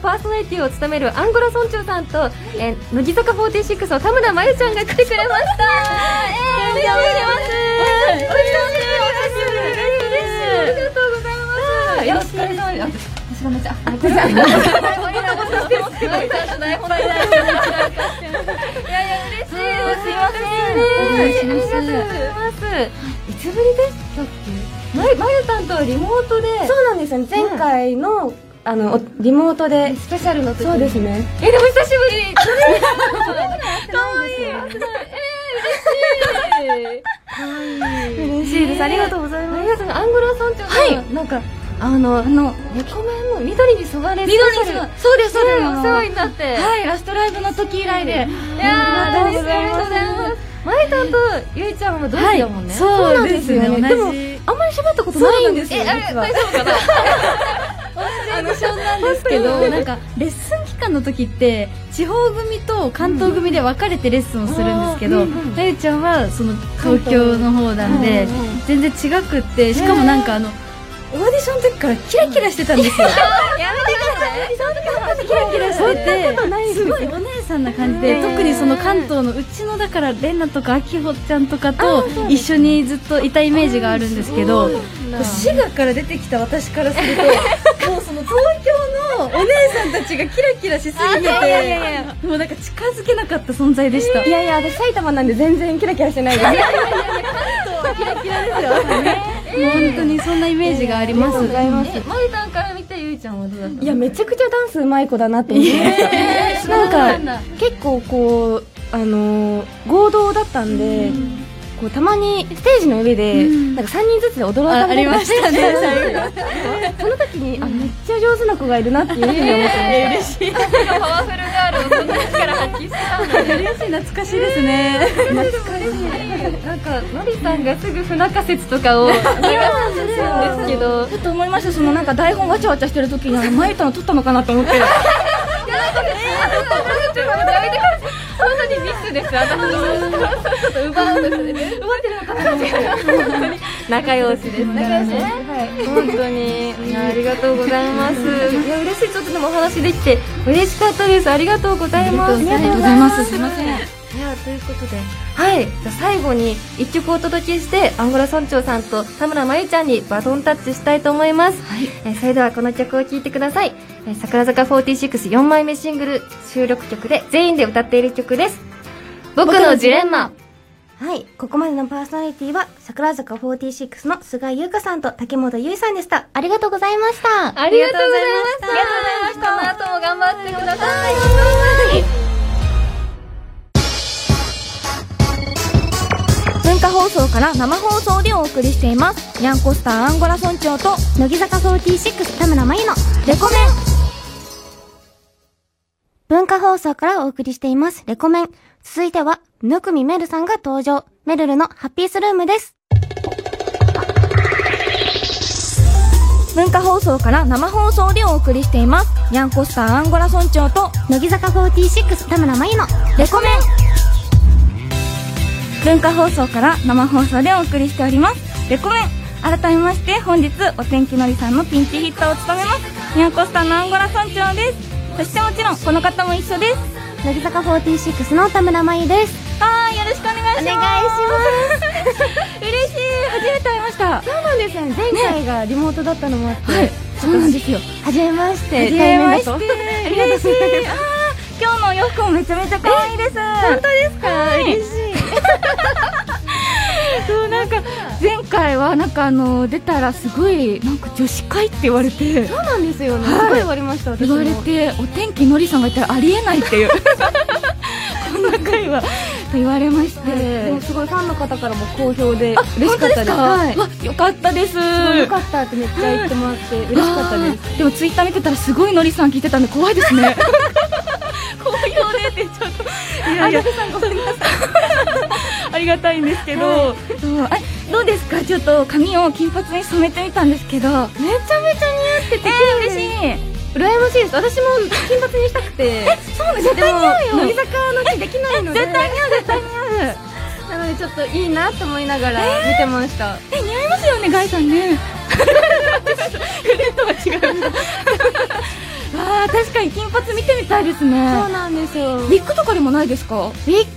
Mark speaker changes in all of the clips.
Speaker 1: パーソナリティを務めるアンゴラ村長さんと、えー乃木坂46の田村真由ちゃんが来てくれました。えー、おめでとうございます。お
Speaker 2: 嬉しい嬉しい嬉しい嬉しい
Speaker 1: りがとうございます。
Speaker 2: よろしくお願いします私がめっちゃあ
Speaker 1: ありがとうございます。真由ちゃんと台本ない。いやいや嬉しい。すいません。
Speaker 2: お願いします
Speaker 1: ありがとうございます。いつぶりでしたっけ？まゆまゆさんとリモートで。
Speaker 3: そうなんですよね前回の,、あのおリモートで
Speaker 1: スペシャルの時に
Speaker 3: そうですね
Speaker 1: えでも久しぶり
Speaker 3: 可愛い嬉しいですありがとうございます、
Speaker 1: マリアさんアングラさんってはいなんかあの
Speaker 2: の
Speaker 1: レコメンの緑に染まれ
Speaker 2: 緑に染まそうですそうです
Speaker 1: ねお世話になって
Speaker 2: はいラストライブの時以来で
Speaker 1: いやー
Speaker 3: ありがとうございます
Speaker 1: ありがとうございますマイタンとゆいちゃんも同期だもんね
Speaker 2: そうですよね
Speaker 3: でも
Speaker 2: 同じ
Speaker 3: あんまり喋ったことないんですよ
Speaker 1: えあれ
Speaker 3: 実は
Speaker 1: 大丈夫かなあのそんなんです
Speaker 2: けどなんかレッスン期間の時って地方組と関東組で分かれてレッスンをするんですけど
Speaker 1: うんうん
Speaker 2: まゆちゃんはその東京の方なんで
Speaker 3: うんうん
Speaker 2: 全然違くってしかもなんかあのオーディションの時からキラキラしてたんですよ
Speaker 1: やめてくださいその時はキラキラ
Speaker 2: そう
Speaker 1: て
Speaker 2: やって
Speaker 3: ないです
Speaker 2: す
Speaker 3: よ
Speaker 2: ごいお姉さんな感じで
Speaker 1: ねえ
Speaker 2: 特にその関東のうちのだからレンナとかあきほちゃんとかと一緒にずっといたイメージがあるんですけど
Speaker 3: 滋賀から出てきた私からするともうその東京のお姉さんたちがキラキラしすぎて
Speaker 1: あいやいやいやい
Speaker 3: て
Speaker 2: もうなんか近づけなかった存在でした
Speaker 3: いやいや私埼玉なんで全然キラキラしてないです
Speaker 2: 本当にそんなイメージがあります
Speaker 3: ありがとうございます
Speaker 1: えマイタンから見てゆいちゃんはどうだった
Speaker 3: いやめちゃくちゃダンスうまい子だなと思って
Speaker 1: えー
Speaker 3: なんか結構こうあのー合同だったんで、こうたまにステージの上で、
Speaker 2: うん
Speaker 3: なんか3人ずつで踊ら
Speaker 2: あ
Speaker 3: さ
Speaker 2: あ
Speaker 3: れ
Speaker 2: り
Speaker 3: る
Speaker 2: ましたね最後
Speaker 3: その時に、あめっちゃ上手な子がいるなっていうふうに思ってました、
Speaker 1: パワフルガールをその時から発揮してたんだね
Speaker 2: 嬉しい懐かしいですね
Speaker 1: なんかのりさんがすぐ不仲説とかを言い出すんですけど
Speaker 3: ちょっと思いましたそのなんか台本わちゃわちゃしてる時にあの前いたの撮ったのかなと思って
Speaker 1: ちょっとやめてください本当にミスです私のちょっと奪うんですね奪ってるのかな仲良しです仲良しね本当にいやありがとうございますいや嬉しいちょっとでもお話できて嬉しかったですありがとうございます
Speaker 2: ありがとうございますすいま
Speaker 1: せんいやということではいじゃあ最後に一曲お届けしてアンゴラ村長さんと田村真由ちゃんにバトンタッチしたいと思います、えーそれではこの曲を聴いてください、えー櫻坂464枚目シングル収録曲で全員で歌っている曲です僕のジレンマ
Speaker 3: はいここまでのパーソナリティは桜坂46の菅井優香さんと竹本結衣さんでしたありがとうございました
Speaker 1: ありがとうございました
Speaker 3: ありがとうございまし
Speaker 1: この後も頑
Speaker 3: た
Speaker 1: 張ってください
Speaker 3: 文化放送から生放送でお送りしていますニャンコスターアンゴラ村長と乃木坂46田村真由のレコメン文化放送からお送りしていますレコメン続いてはぬくみめるさんが登場めるるのハッピースルームです文化放送から生放送でお送りしていますニャンコスターアンゴラ村長と乃木坂46田村真由のレコメン文化放送から生放送でお送りしておりますレコメン改めまして本日お天気のりさんのピンチヒッターを務めますニャンコスターのアンゴラ村長ですそしてもちろんこの方も一緒です乃木坂46の田村真由ですはいよろしくお願いしますお願いします嬉しい初めて会いましたそうなんですよね前回がリモートだったのもあって、はいそうなんですよ初めまして
Speaker 2: 初
Speaker 3: 初め
Speaker 2: めま
Speaker 3: ま
Speaker 2: し
Speaker 3: してて嬉しいあー今日のお洋服もめちゃめちゃ可愛いです本当ですか、嬉しい
Speaker 2: そうなんか前回はなんかあの出たらすごいなんか女子会って言われて
Speaker 3: そうなんですよね、すごい言われました私
Speaker 2: 言
Speaker 3: も
Speaker 2: われてお天気のりさんがいたらありえないっ ていうこんな会はと言われまして、
Speaker 3: でもすごいファンの方からも好評で
Speaker 2: あ
Speaker 3: 嬉しかったです
Speaker 2: 本
Speaker 3: はい
Speaker 2: 当ですか、わよかったです
Speaker 3: よかったってめっちゃ言ってもらって嬉しかったです
Speaker 2: すでもツイッター見てたらすごいのりさん聞いてたんで怖いです ね好評でってちょっといやいやありがたいんですけど、そうあどうですかちょっと髪を金髪に染めてみたんですけどめちゃめちゃ似合ってて、えー、嬉しい
Speaker 3: 羨ましいです私も金髪にしたくて
Speaker 2: そうです絶対似合うよ
Speaker 3: 乃木坂の日できないので
Speaker 2: 絶対似合う絶対似合う
Speaker 3: なのでちょっといいなと思いながら見てました、
Speaker 2: え似合い ますよねガイさんねグレートが違う あー確かに金髪見てみたいです
Speaker 3: そう
Speaker 2: ね
Speaker 3: なんですよウ
Speaker 2: ウィッグとかでもないですか
Speaker 3: ィッグ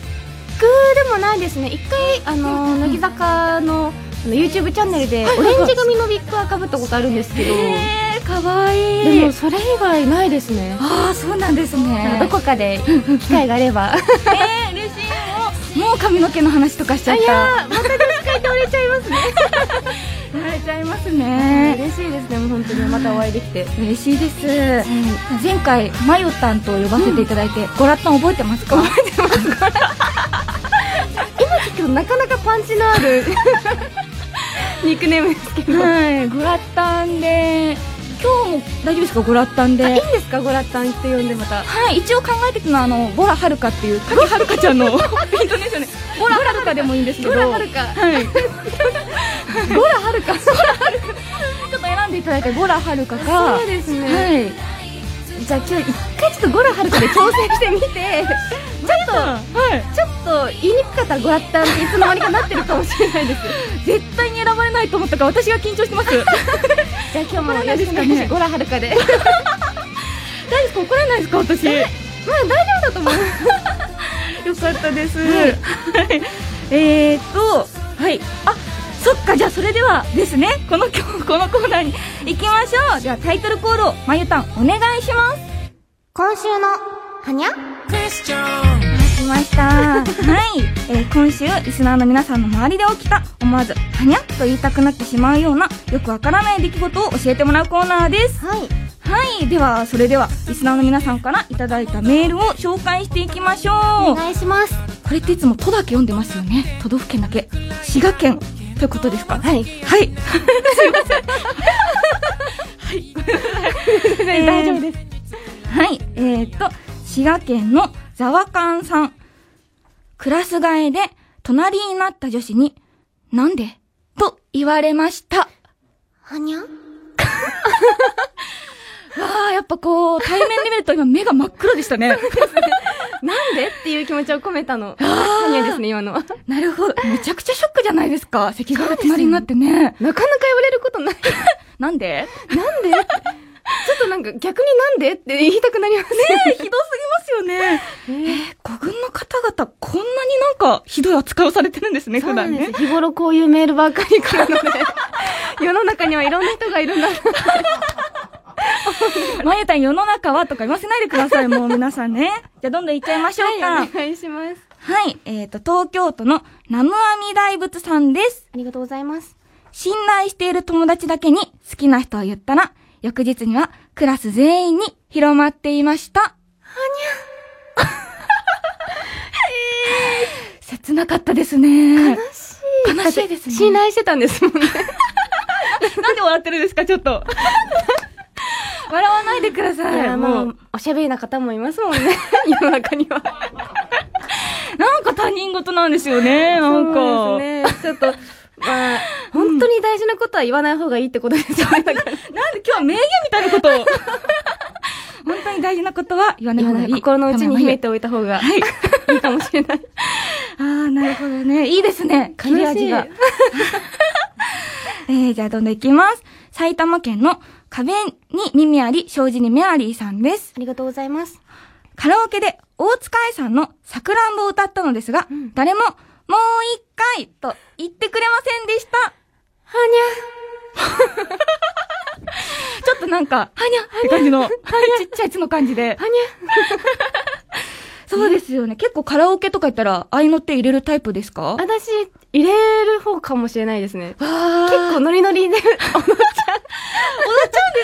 Speaker 3: でもないですね一回あの乃木坂のあの YouTube チャンネルでオレンジ組のウィッグはかぶったことあるんですけど
Speaker 2: えー、かわいい
Speaker 3: でもそれ以外ないですね
Speaker 2: ああそうなんです
Speaker 3: ど
Speaker 2: ね
Speaker 3: こかで機会があれば
Speaker 2: えー、嬉しいもうもう髪の毛の話とかしちゃった また女子会って折れちゃいますね折れちゃいますね
Speaker 3: 嬉しいですねもう本当にまたお会いできて
Speaker 2: 嬉しいです、前回マヨタンと呼ばせていただいて、ゴラッタン覚えてますか覚えてます
Speaker 3: 今日なかなかパンチのあるニックネームですけど
Speaker 2: はいゴラッタンで今日も大丈夫ですかゴラッタンで
Speaker 3: いいんですかゴラッタンって呼んでまた
Speaker 2: はい一応考えてたのはあのボラはるかっていう竹はるかちゃん のイントネーションでボラはるかでもいいんですけど
Speaker 3: ゴラはるか
Speaker 2: はい、ゴラはるか、ちょっと選んでいただいて、ゴラはるかか、
Speaker 3: そうですね
Speaker 2: はい、
Speaker 3: じゃあ今日一回ちょっとゴラハルカで挑戦してみ てちょっと、ちょっと言いにくかったらゴラッタンっていつの間にかなってるかもしれないです
Speaker 2: 絶対に選ばれないと思ったから、私が緊張してます、
Speaker 3: じゃあ今日もよろしくお願いしますゴラハルカで
Speaker 2: 大丈夫ですか、怒られないですか、私、よ
Speaker 3: まあ大丈夫だと思います
Speaker 2: かったです、はいえーっと、はい、あそっか、じゃあ、それではですね、この今 日このコーナーに行きましょう、ではタイトルコールを、まゆたん、お願いします。
Speaker 3: 今週のはにゃ
Speaker 2: 来ました。はい、えー今週、リスナーの皆さんの周りで起きた、思わず、はにゃっと言いたくなってしまうような、よくわからない出来事を教えてもらうコーナーです。
Speaker 3: はい
Speaker 2: はい、では、それでは、リスナーの皆さんからいただいたメールを紹介していきましょ
Speaker 3: お
Speaker 2: う。
Speaker 3: 願いします
Speaker 2: これっていつも都だけ読んでますよね。都道府県だけ。滋賀県、ということですか
Speaker 3: はい
Speaker 2: はい。すいません。はい。。
Speaker 3: 大丈夫です
Speaker 2: はい。えー、っと、滋賀県のざわかんさん。クラス替えで隣になった女子に、なんでと言われました。
Speaker 3: は にゃ
Speaker 2: わあ、やっぱこう、対面で見ると今目が真っ黒でしたね。
Speaker 3: なんでっていう気持ちを込めたのはにゃですね今のは
Speaker 2: なるほど。めちゃくちゃショックじゃないです か。席が隣になってね。
Speaker 3: なかなか言われることないちょ
Speaker 2: なんで
Speaker 3: っとなんか逆になんでって言いたくなります
Speaker 2: え ひどすぎますよね。えー、古軍の方々、こんなになんか、ひどい扱いをされてるんですね、
Speaker 3: そう
Speaker 2: 普
Speaker 3: なん
Speaker 2: 段
Speaker 3: です、
Speaker 2: ね。
Speaker 3: 日頃こういうメールばっかり来るので 世の中にはいろんな人がいるんだな
Speaker 2: まゆたん、世の中はとか言わせないでください、もう皆さんね。じゃあ、どんどん行っちゃいましょうか。は
Speaker 3: はいい、お、願いします。
Speaker 2: えっ、と、東京都のナムアミ大仏さんです。
Speaker 3: ありがとうございます。
Speaker 2: 信頼している友達だけに好きな人を言ったら、翌日にはクラス全員に広まっていました。はにゃ。 切なかったですね。悲しいですね
Speaker 3: 信頼してたんですもんね。
Speaker 2: なんで笑ってるんですか、ちょっと。笑わないでください。もう、、
Speaker 3: おしゃべりな方もいますもんね。 世の中には。
Speaker 2: なんか他人事なんですよね、なんか。
Speaker 3: そうですね。ちょっと、まあ、本当に大事なことは言わない方がいいってことですよね。だから
Speaker 2: なんで今日は名言みたいなことを。 本当に大事なことは言わない
Speaker 3: 言
Speaker 2: 方
Speaker 3: わ
Speaker 2: が
Speaker 3: ない
Speaker 2: いい。
Speaker 3: 心の内に秘めておいた方が
Speaker 2: はい。
Speaker 3: いいかもしれない。
Speaker 2: ああ、なるほどね。いいですね。切れ味が。えー、じゃあどんどんいきます。埼玉県の壁に耳あり、障子に目ありさんです。
Speaker 3: りがとうございます。
Speaker 2: カラオケで大塚愛さんのさくらんぼを歌ったのですが、
Speaker 3: ん
Speaker 2: 誰ももう一回と言ってくれませんでした。はにゃ。ちょっとなんか、はにゃって感じの、ちっちゃいつの感じで。
Speaker 3: はに
Speaker 2: そうですよね。結構カラオケとか行ったら、愛の手入れるタイプですか
Speaker 3: ゃ。私、入れる方かもしれないですね。
Speaker 2: 結
Speaker 3: 結構ノリノリで、
Speaker 2: で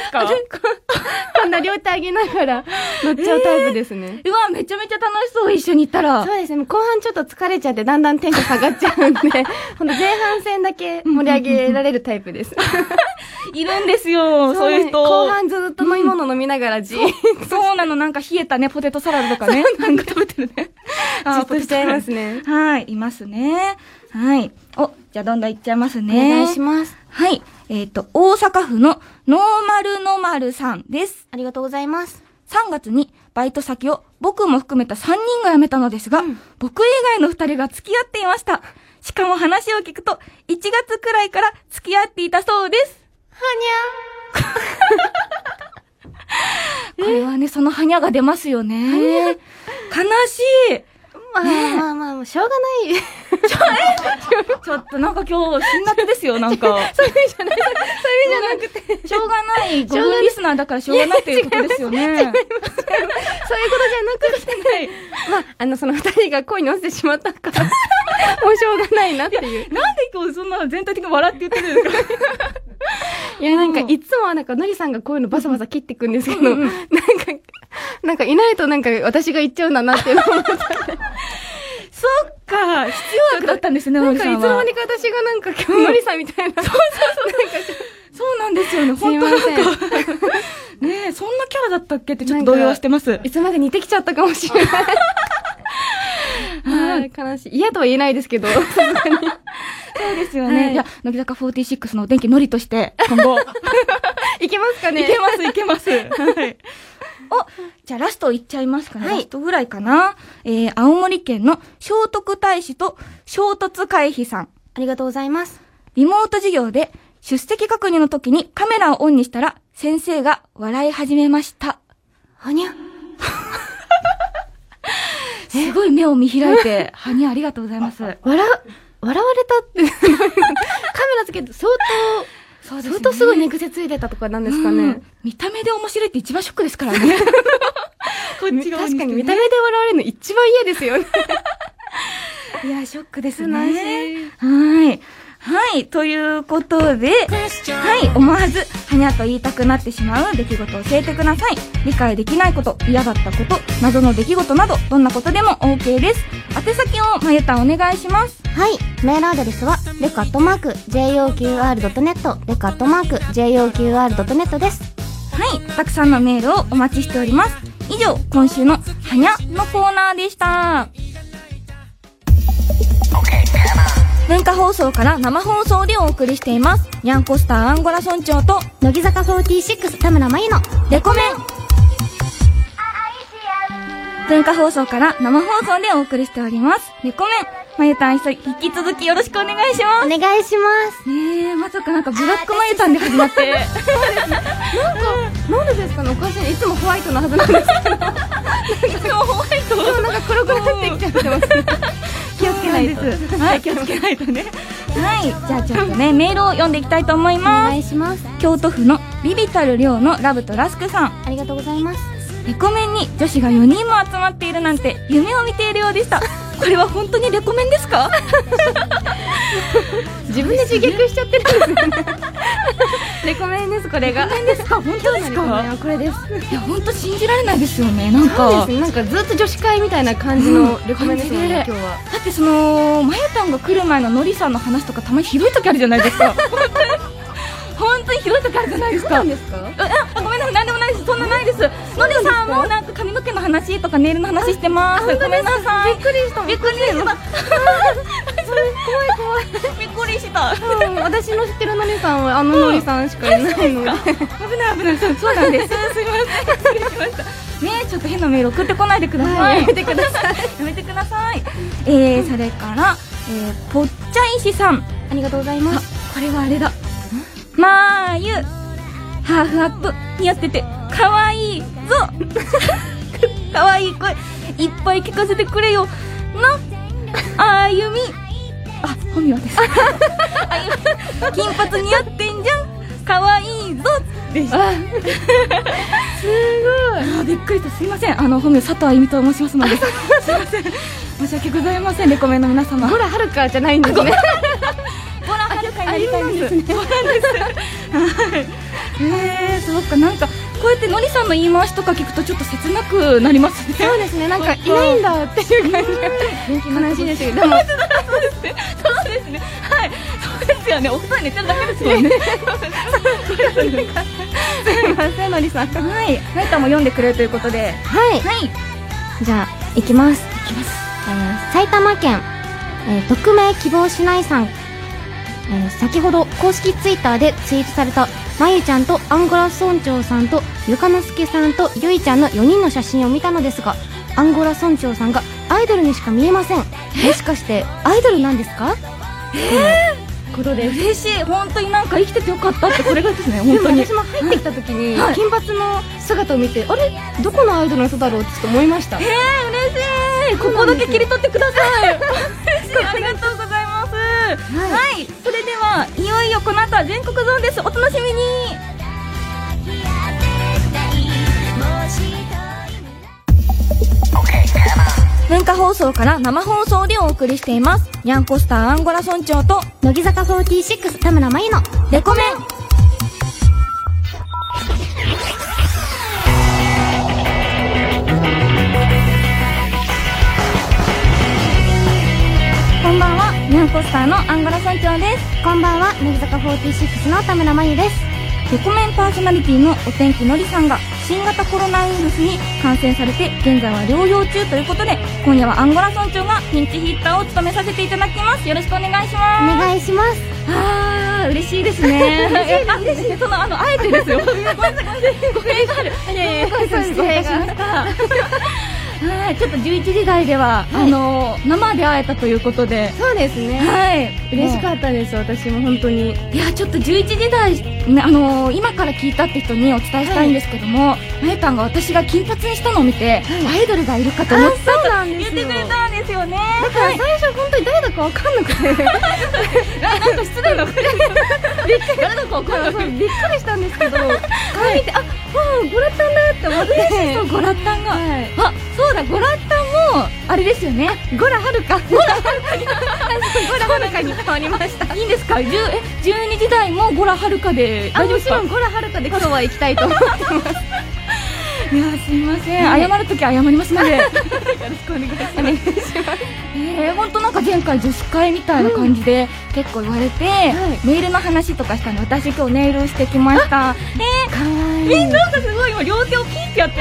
Speaker 2: すか
Speaker 3: こんな両手上げながら乗っちゃうタイプですね。
Speaker 2: うわ、めちゃめちゃ楽しそう、一緒に行ったら。
Speaker 3: そうですね、後半ちょっと疲れちゃって、だんだんテンション下がっちゃ うんで、ほんと前半戦だけ盛り上げられるタイプです。
Speaker 2: いるんですよ、そういう人。
Speaker 3: 後半ずっと飲み物飲みながらじーっ
Speaker 2: そうなの、なんか冷えたね、ポテトサラダとかね。なんか食べてる ね。あー
Speaker 3: としちゃいますね。
Speaker 2: はい、いますね。はい。お、じゃあどんどんいっちゃいます
Speaker 3: お
Speaker 2: ね。
Speaker 3: 願いします。
Speaker 2: はい。えっ、と、大阪府のノーマルノマルさんです。
Speaker 3: ありがとうございます。
Speaker 2: 3月にバイト先を僕も含めた3人が辞めたのですが、僕以外の2人が付き合っていました。しかも話を聞くと、1月くらいから付き合っていたそうです。
Speaker 3: は
Speaker 2: これ
Speaker 4: れはね、そのハニャが出ますよね。悲しい。
Speaker 3: まあ、まあまあもうしょうが ない。
Speaker 4: ちょっとなんか今日、辛辣ですよ、な んか。そういう意味じゃない、そういう意味じゃなくて。しょうがない、ゴールリスナーだからしょうがないっていうことですよね。
Speaker 3: そういうことじゃなくて、まあ、あの、その二人が恋に落ちてしまった から、もうしょうがないなっていう。
Speaker 4: なんで今日そんな全体的に笑って言ってるんですか
Speaker 3: いや、なんか、いつもはなんか、のりさんがこういうのバサバサ切っていくんですけど、なんか、なんかいないとなんか、私が行っちゃうんだなって 思って、
Speaker 4: そっか、必要悪だったんですね、
Speaker 3: なん
Speaker 4: 森
Speaker 3: か、い
Speaker 4: さ
Speaker 3: つ
Speaker 4: んは。
Speaker 3: の間にか私がなんか、今日のりさんみたいな。そう
Speaker 4: そうなんですよね、
Speaker 3: すい
Speaker 4: 本
Speaker 3: ま
Speaker 4: 当なん
Speaker 3: せ
Speaker 4: か。
Speaker 3: ん。
Speaker 4: ねえ、そんなキャラだったっけってちょっと動揺はしてます。
Speaker 3: いつまで似てきちゃったかもしれない。はい悲しい。嫌とは言えないですけど。
Speaker 4: そうですよ
Speaker 3: はい
Speaker 4: いや、乃木坂46のお天気のりとして、今 後。
Speaker 3: いけますか
Speaker 4: い
Speaker 3: ね
Speaker 4: けます、いけます。はい。
Speaker 2: じゃあラストいっちゃいますかね。
Speaker 3: はい
Speaker 2: ラストぐらいかな。えー、青森県の聖徳太子と衝突回避さん。
Speaker 3: ありがとうございます。
Speaker 2: リモート授業で出席確認の時にカメラをオンにしたら先生が笑い始めました。
Speaker 3: はにゃ。
Speaker 2: すごい目を見開いて、はにありがとうございます。
Speaker 3: 笑う、笑われたって。カメラつけて相
Speaker 2: そ
Speaker 3: 当、相当すごい寝癖ついてたとかなんですか
Speaker 2: う
Speaker 3: ね
Speaker 2: ん。見た目で面白いって一番ショックですからね。
Speaker 4: こっち側
Speaker 3: 確かに見た
Speaker 4: 目
Speaker 3: 目で笑われるの一番嫌ですよね。
Speaker 2: いや、ショックですね。
Speaker 3: 悲し
Speaker 2: はい。はい。ということで、はい。思わず、はにゃと言いたくなってしまう出来事を教えてください。理解できないこと、嫌だったこと、謎の出来事など、どんなことでも OK です。宛先を、まゆたんお願いします。
Speaker 5: はい。メールアドレスは、レカットマーク、JOQR.net、レカットマーク、JOQR.net です。
Speaker 2: はい。たくさんのメールをお待ちしております。以上、今週の、はにゃのコーナーでした。文化放送から生放送でお送りしています。にゃんこスターアンゴラ村長と、
Speaker 5: 乃木坂46、田村真由の。
Speaker 2: レコメン文化放送から生放送でお送りしております。レコメンまゆたん一人、引き続きよろしくお願いしま
Speaker 5: お願いします。
Speaker 2: す。ねえ、まさかなんかブラックまゆたんで始まって。
Speaker 3: なんでですかねおかしい。いつもホワイトのはずなんですけど。いつもホワイトでもなんか黒くなってきちゃってますね。
Speaker 2: 気をつけないと。はい、
Speaker 4: はい、気をつけないとね。
Speaker 2: じゃあちょっとね、メールを読んでいきたいと思い
Speaker 5: お
Speaker 2: ま
Speaker 5: 願
Speaker 2: す。
Speaker 5: いします。
Speaker 2: 京都府のビビたる量のラブとラスクさん。
Speaker 5: ありがとうございます。
Speaker 2: レコメンに女子が4人も集まっているなんて夢を見ているようでした。これは本当にレコメンですか
Speaker 3: 自分で自虐しちゃってるんですよ ね。レコメンです、これが。
Speaker 2: レコメンですか本当です
Speaker 3: レコメ
Speaker 2: か
Speaker 3: ンはこれです。
Speaker 2: いや、本当信じられないですよね。なん
Speaker 3: そう
Speaker 2: か
Speaker 3: で。すね。なんかずっと女子会みたいな感じのレコメンですよ
Speaker 2: うん
Speaker 3: ね、
Speaker 2: 感
Speaker 3: 今
Speaker 2: じ
Speaker 3: 日は。
Speaker 2: だってそのまゆたんが来る前ののりさんの話とかたまにひどい時あるじゃないです か本当に本当にひどい時あるじゃないですか
Speaker 3: ですか
Speaker 2: ああごめんなさい何でもないですそんなないですのりさんもなんか髪の毛の話とかネイルの話してますごめんなさいびっくりしたびっくり した怖い怖い びっくりした
Speaker 3: 多分私の知ってるのりさんはあののりさんしかいないので、
Speaker 2: 危ない危ないそうそうなん ですすいません失礼しましたねえちょっと変なメール送ってこないでください、やめてくださいやめてくださいえー、それから、えー、ぽっちゃいしさん
Speaker 5: ありがとうございます。
Speaker 2: これはあれだまーゆハーフアップ似合っててかわいいぞ かわいい声いっぱい聞かせてくれよなあゆみあ本名 ですあゆみ金髪似合ってんじゃんかわいいぞでしたすごいあびっくりしたすいませんあの本名佐藤あゆみと申します のですいません申し訳ございませんレコメンの皆様
Speaker 3: ほらはるかじゃ ないんですね。
Speaker 2: ボラハルカになりたいんです。そうなんです。はい。えー、そうか、なんか、こうやってのりさんの言い回しとか聞くと、ちょっと切なくなりますね。
Speaker 3: そうですね、なんかいないんだっていう感じが悲しいですけど、でも
Speaker 2: そうですね。はい。そうですよね。お布団寝てるだけですよね。
Speaker 3: すいません、のりさん。は
Speaker 2: はい。ハイタも読んでくれるということで。
Speaker 5: はい。
Speaker 2: はい。
Speaker 5: じゃあ、行きます。えー埼玉県、えー匿名希望しないさん。えー先ほど公式ツイッターでツイートされた、まゆちゃんとアンゴラ村長さんと、ゆかのすけさんとゆいちゃんの4人の写真を見たのですが、アンゴラ村長さんがアイドルにしか見えません。もしかして、アイドルなんですか
Speaker 4: ことです
Speaker 2: 嬉しい本当になんか生きててよかったってこれがですね本
Speaker 3: で
Speaker 2: 当
Speaker 3: も
Speaker 2: に
Speaker 3: 私も入ってきた時に
Speaker 2: はい
Speaker 3: 金髪の姿を見てあれどこのアイドルの人だろうってちょっと思いました
Speaker 2: えー、嬉しいここだけ切り取ってください嬉し いありがとうございますはい、それではいよいよこの後は全国ゾーンですお楽しみに文化放送から生放送でお送りしていますニャンコスターアンゴラ村長と
Speaker 5: 乃木坂46田村真由の
Speaker 2: レコメンこんばんはニャンコスターのアンゴラ村長です
Speaker 5: こんばんは乃木坂46の田村真由です
Speaker 2: レコメンパーソナリティのお天気のりさんが新型コロナウイルスに感染されて現在は療養中ということで今夜はアンゴラ村長がピンチヒッターを務めさせていただきますよろしくお願いします
Speaker 5: お願いします
Speaker 2: あー嬉しいですね 嬉しいですねそのあのあえてですよごめんなさい語弊があるいやいや語弊があったはいちょっと11時台では、あの生で会えたということで
Speaker 3: そうですね
Speaker 2: はい
Speaker 3: 嬉しかったです私も本当に
Speaker 2: いやちょっと11時台、ねあのー今から聞いたって人にお伝えしたいんですけども、まゆたんが私が金髪にしたのを見て、アイドルがいるかと思ったと言ってくれたんですよねだから最初本当に誰だかわかんなく てなんか失礼な誰だかわかんなくて
Speaker 3: びっくりしたんですけど顔見てあもうゴラタンだって思って
Speaker 2: そうゴラッタンが、
Speaker 3: はい
Speaker 2: あそうだゴラッタンもあれですよねゴラはるかゴラは るかにゴラはるかに変わりましたいいんですかじゅうえ12時台もゴラはるかで
Speaker 3: あ
Speaker 2: 大
Speaker 3: も
Speaker 2: 丈夫です
Speaker 3: ち
Speaker 2: か
Speaker 3: ろんゴラはるかで今日は行きたい と思って
Speaker 2: いやすいません、謝るとき謝りますので よろしくお願いしますえー、本当なんか前回女子会みたいな感じで結構言われて、ネイルの話とかしたんで私今日ネイルしてきま したえかわいいみんななんかすごい今両手をピンってやって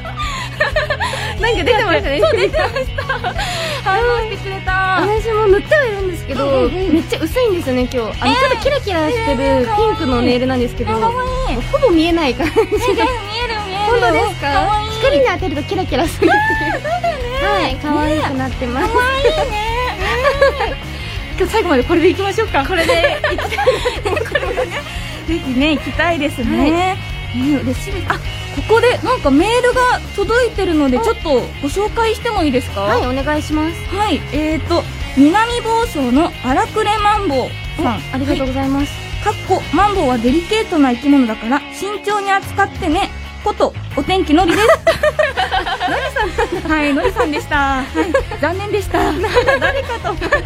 Speaker 2: なんか出てましたねそう出てました反応してくれた
Speaker 3: 私も塗ってはいるんですけどめっちゃ薄いんですよね今日あのちょっとキラキラしてるピンクのネイルなんですけど
Speaker 2: かわ
Speaker 3: ほ
Speaker 2: いい
Speaker 3: ぼ見えないから
Speaker 2: 見える見える
Speaker 3: 本当です
Speaker 2: かわ
Speaker 3: か
Speaker 2: いい
Speaker 3: 光に当てるとキラキラするはい可愛くなってます
Speaker 2: かわいいね今日最後までこれでいきましょうかこ れで行きたいぜひね行きたいですね、ね嬉しいですあここでなんかメールが届いてるのでちょっとご紹介してもいいですか
Speaker 5: はい
Speaker 2: い、
Speaker 5: お願いします
Speaker 2: えーと南房総の荒くれマンボウさん
Speaker 5: ありがとうございます、
Speaker 2: かっこマンボウはデリケートな生き物だから慎重に扱ってねことお天気のりです のりさんはいのりさんでした、はい、残念で した誰かと思 った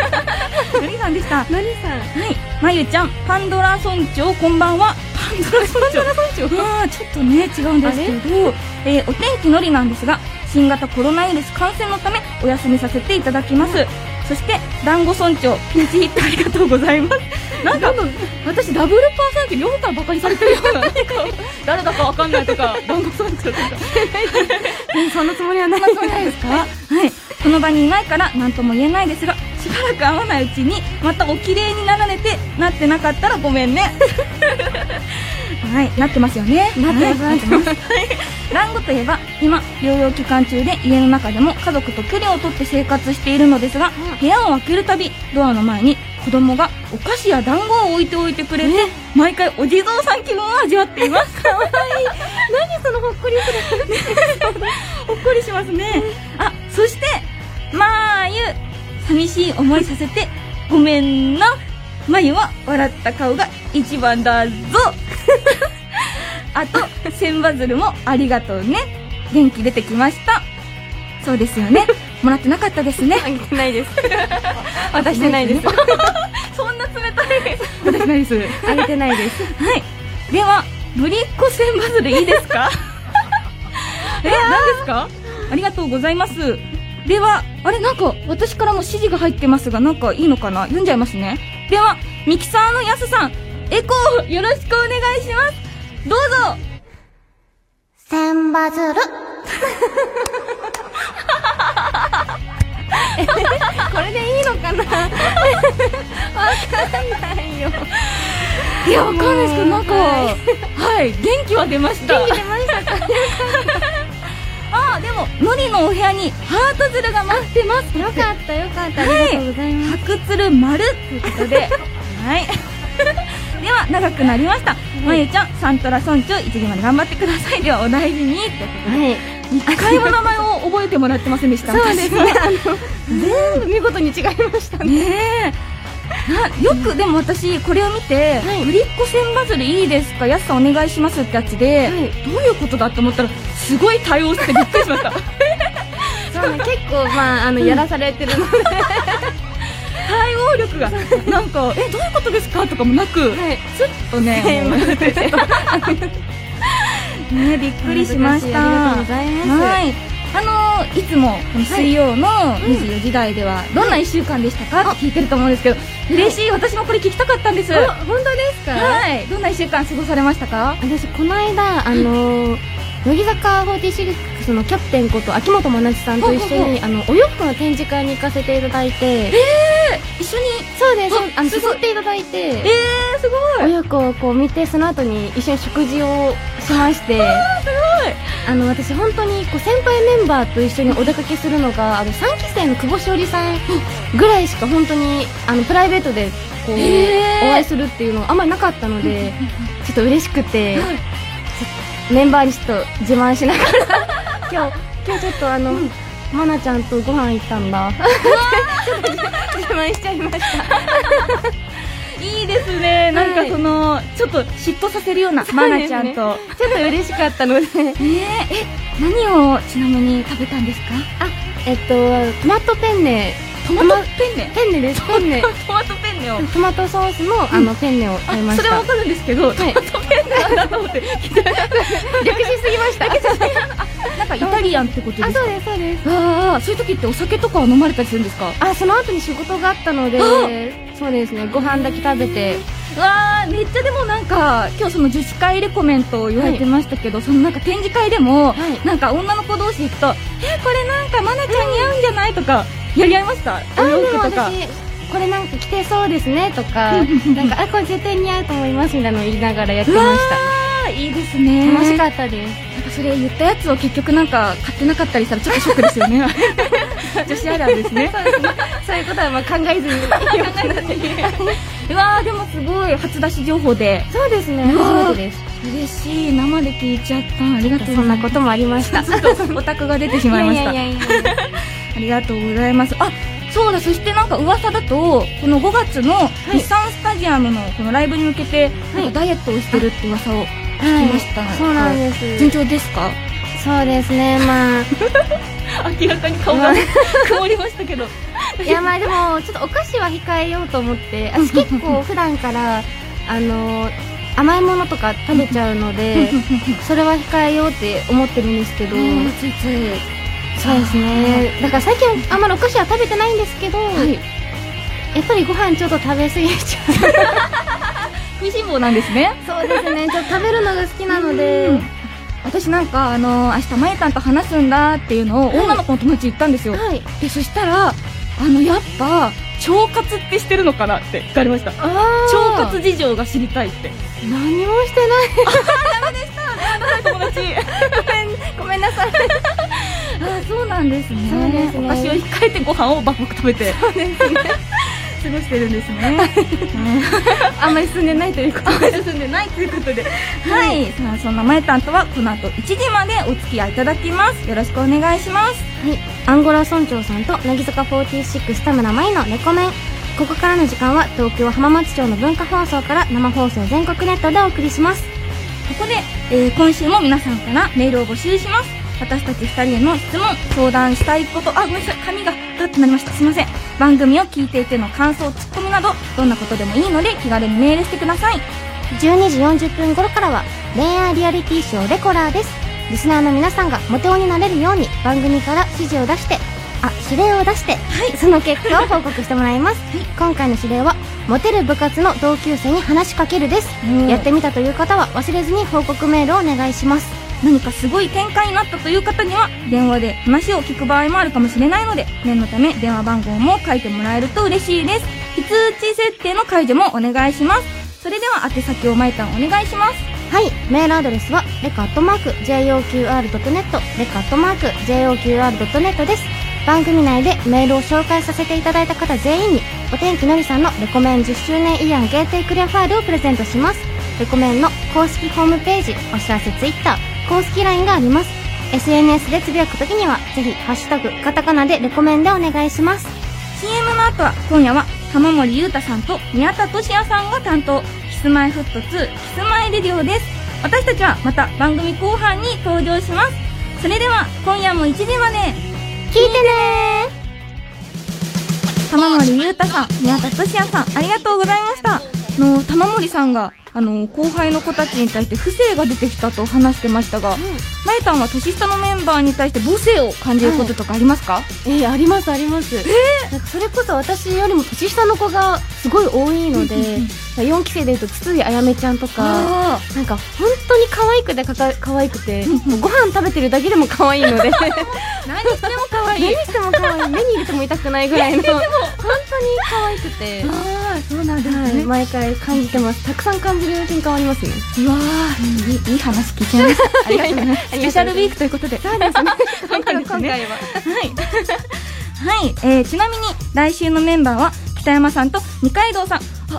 Speaker 2: のりさんでした
Speaker 3: のりさん
Speaker 2: はい、まゆちゃん、パンドラ村長、こんばんは。パンドラ村長。ああ、ちょっとね、違うんですけど、えーお天気のりなんですが、新型コロナウイルス感染のため、お休みさせていただきます。そして、団子村長、ピンチヒットありがとうございます。なんか、私、ダブルパーソナリティ両方からバカにされてるような、誰だかわかんないとか、団子村長とか。
Speaker 3: そんなつもりはない
Speaker 2: そうなんですかはいこの場にいないから何とも言えないですがしばらく会わないうちにまたお綺麗になられてなってなかったらごめんね はいなってますよねなってます、はい、なって ます団子といえば今療養期間中で家の中でも家族と距離をとって生活しているのですが、部屋を開けるたびドアの前に子供がお菓子や団子を置いておいてくれて、毎回お地蔵さん気分を味わっています かわいい何そのほっこりする ほっこりしますね。あ、そして、まーゆ、寂しい思いさせて、ごめんな。まゆは笑った顔が一番だ ぞ。あと、千羽鶴もありがとうね。元気出てきました。そうですよね。もらってなかったですね。
Speaker 3: ないです
Speaker 2: 渡してないです。 そんな冷たい。渡してないです。
Speaker 3: あげてないです
Speaker 2: はい。では、ぶりっ子千バズでいいですか え、何ですかありがとうございます。では、あれ、なんか、私からも指示が入ってますが、なんかいいのかな読んじゃいますね。では、ミキサーのやすさん、エコー、よろしくお願いします。どうぞ
Speaker 5: 千羽鶴
Speaker 3: これでいいのかなわかんないよ
Speaker 2: いや、わかんないですけど、なんか、はい、元気は出ました。元気出ました か。あー、でも、のりのお部屋にハートズルが待ってます。
Speaker 3: よかったよかったありがとうございます
Speaker 2: 白鶴丸ということで、はい では長くなりました、まゆちゃんサントラ村長一時まで頑張ってくださいではお大事にということで
Speaker 3: はい
Speaker 2: 一回も名前を覚えてもらってませんでしたそうですね
Speaker 1: 全部見事に違いましたね
Speaker 2: ねえなよくでも私これを見て「売りっ子千バズりいいですか安さんお願いします」ってやつで、どういうことだと思ったらすごい対応してびっくりしました
Speaker 1: そうね結構まああのやらされてるので
Speaker 2: 対応力がなんか「えどういうことですか?」とかもなく、スッとねもう ねびっくりしました
Speaker 1: ざい
Speaker 2: はいあのーいつもこの水曜の24時台ではどんな1週間でしたかって聞いてると思うんですけど嬉しい私もこれ聞きたかったんです
Speaker 1: お本当ですか
Speaker 2: はい、どんな1週間過ごされましたか
Speaker 3: 私この間あのー乃木坂46のキャプテンこと秋元真夏さんと一緒にあのお洋服の展示会に行かせていただいて
Speaker 2: 一緒に
Speaker 3: そうですそうあの
Speaker 2: すごい
Speaker 3: 誘っていただいて
Speaker 2: えー、すごい
Speaker 3: 親子をこう見てその後に一緒に食事をしましてあの私本当にこう先輩メンバーと一緒にお出かけするのがあの3期生の久保しおりさんぐらいしか本当にあのプライベートでこうお
Speaker 2: へー
Speaker 3: 会いするっていうのがあんまりなかったのでちょっと嬉しくてメンバーにちょっと自慢しながら 今日今日ちょっとあの、まなちゃんとご飯行ったんだ
Speaker 2: いいですねなんかその、ちょっと嫉妬させるようなマナちゃんと
Speaker 3: ちょっと嬉しかったので
Speaker 2: ねええ何をちなみに食べたんですか
Speaker 3: えっとトマトペンネ
Speaker 2: トマトペンネ
Speaker 3: ペンネですペンネ
Speaker 2: トマトペンネを
Speaker 3: トマトソースのあのペンネを買いまし
Speaker 2: それ
Speaker 3: た。
Speaker 2: はわかるんですけど、トマトペンネなんだと思って
Speaker 3: 略しすぎました。
Speaker 2: なんかイタリアンってこと
Speaker 3: あ、
Speaker 2: です
Speaker 3: そうですそうです。
Speaker 2: かああそういう時ってお酒とかは飲まれたりするんですか
Speaker 3: あ、その後に仕事があったので、そうですね。ご飯だけ食べて、
Speaker 2: わあめっちゃでもなんか今日その女子会レコメントを言われてましたけど、そのなんか展示会でも、
Speaker 3: はい
Speaker 2: なんか女の子同士行くと「えこれなんかマナちゃんに合うんじゃない?」とかやり合いました
Speaker 3: あ、
Speaker 2: お洋
Speaker 3: でも
Speaker 2: 服とか
Speaker 3: 私これなんか着てそうですねと か、なんかあこれ絶対似合うと思いますみたいなのを言いながらやってまし
Speaker 2: ああいいですね
Speaker 3: た。楽し
Speaker 2: っ
Speaker 3: かったです。
Speaker 2: たそれ言ったやつを結局なんか買ってなかったりしたらちょっとショックですよ ね女子あるあるですね
Speaker 1: そういうことはまあ考えずに
Speaker 2: うわーでもすごい初出し情報で
Speaker 3: そうですね。
Speaker 2: うわー
Speaker 3: 初めてです。
Speaker 2: 嬉しい生で聞いちゃったありがとう
Speaker 3: そんなこともありました。
Speaker 2: オタクが出てしまいました
Speaker 3: いやいやいや
Speaker 2: ありがとうございます。あそうだ、そしてなんか噂だと、この5月の日産スタジアムのこのライブに向けて、なんかダイエットをしてるって噂を聞きました。
Speaker 3: そうなんです。
Speaker 2: 順調ですか
Speaker 3: そうですね。まあ。
Speaker 6: 明らかに顔 が曇りましたけど
Speaker 3: いやまあでもちょっとお菓子は控えようと思って私結構普段からあの甘いものとか食べちゃうの でそれは控えようって思ってるんですけど
Speaker 2: ついつい。
Speaker 3: そうですねだから最近あんまりお菓子は食べてないんですけど、やっぱりご飯ちょっと食べ過ぎちゃう
Speaker 2: 食いしん坊なんですね。
Speaker 3: そうですねちょっと食べるのが好きなので
Speaker 2: 私なんか、あの明日、まゆたんと話すんだっていうのを、女の子の友達に言ったんですよ。
Speaker 3: はい
Speaker 2: で、そしたら、あの、やっぱ、腸活ってしてるのかなって聞かれました。腸活事情が知りたいって。
Speaker 3: 何もしてない
Speaker 2: 友達
Speaker 3: ごめんなさい
Speaker 2: あそうなんですね
Speaker 3: そうですね
Speaker 2: お菓子を控えてご飯をバクバク食べてそうですね過ごしてるんですね
Speaker 3: あんまり進んでないというか
Speaker 2: 進んでないということではい、さあそんなまえたんとはこの後1時までお付き合いいただきますよろしくお願いします
Speaker 3: はい、アンゴラ村長さんと乃木坂46田村舞のレコメンここからの時間は東京浜松町の文化放送から生放送全国ネットでお送りします
Speaker 2: ここで、えー今週も皆さんからメールを募集します私たち2人への質問相談したいことあごめんなさい髪がガッとなりましたすいません番組を聞いていての感想ツッコミなどどんなことでもいいので気軽にメールしてください
Speaker 3: 12時40分頃からは恋愛リアリティショーレコラーですリスナーの皆さんがモテ男になれるように番組から指示を出してあ指令を出して、その結果を報告してもらいます、今回の指令はモテる部活の同級生に話しかけるです、
Speaker 2: うん
Speaker 3: やってみたという方は忘れずに報告メールをお願いします
Speaker 2: 何かすごい展開になったという方には電話で話を聞く場合もあるかもしれないので念のため電話番号も書いてもらえると嬉しいです非通知設定の解除もお願いしますそれでは宛先をまいたんお願いします
Speaker 3: はい、メールアドレスはレカットマーク JOQR.net レカットマーク JOQR.net です
Speaker 5: 番組内でメールを紹介させていただいた方全員にお天気のりさんのレコメン10周年イヤー限定クリアファイルをプレゼントしますレコメンの公式ホームページお知らせツイッター公式 LINE があります SNS でつぶやくときにはぜひ「ハッシュタグカタカナ」でレコメンでお願いします
Speaker 2: CM の後は今夜は玉森裕太さんと宮田俊也さんが担当キスマイフット2キスマイレディオです私たちはまた番組後半に登場しますそれでは今夜も1時まで
Speaker 5: 聞いてね
Speaker 2: 玉森裕太さん宮田俊也さんありがとうございましたあの玉森さんがあの後輩の子たちに対して不正が出てきたと話してましたが、まゆたんは年下のメンバーに対して母性を感じることとかありますか、
Speaker 3: えーありますあります、なんかそれこそ私よりも年下の子がすごい多いので4期生でいうと筒井あやめちゃんとか
Speaker 2: あ
Speaker 3: なんか本当に可愛くてかか可愛くてもうご飯食べてるだけでも可愛いので
Speaker 2: 何しても可愛
Speaker 3: 何
Speaker 2: い
Speaker 3: しても可愛い目に入れても痛くないぐ らいの本当に可愛くて、
Speaker 2: ああそうなんですね、
Speaker 3: はい、毎回感じてますたくさん感じる瞬間ありますね
Speaker 2: うわーいいいいい話聞いちゃいました。ありがとうございます。ス
Speaker 3: りがとうございます
Speaker 2: ペシャルウィークということで。そ うですね。そうなんですね。
Speaker 3: は
Speaker 2: はい。はい、えー、ちなみに来週のメンバーは北山さんと二階堂さん。あ、え、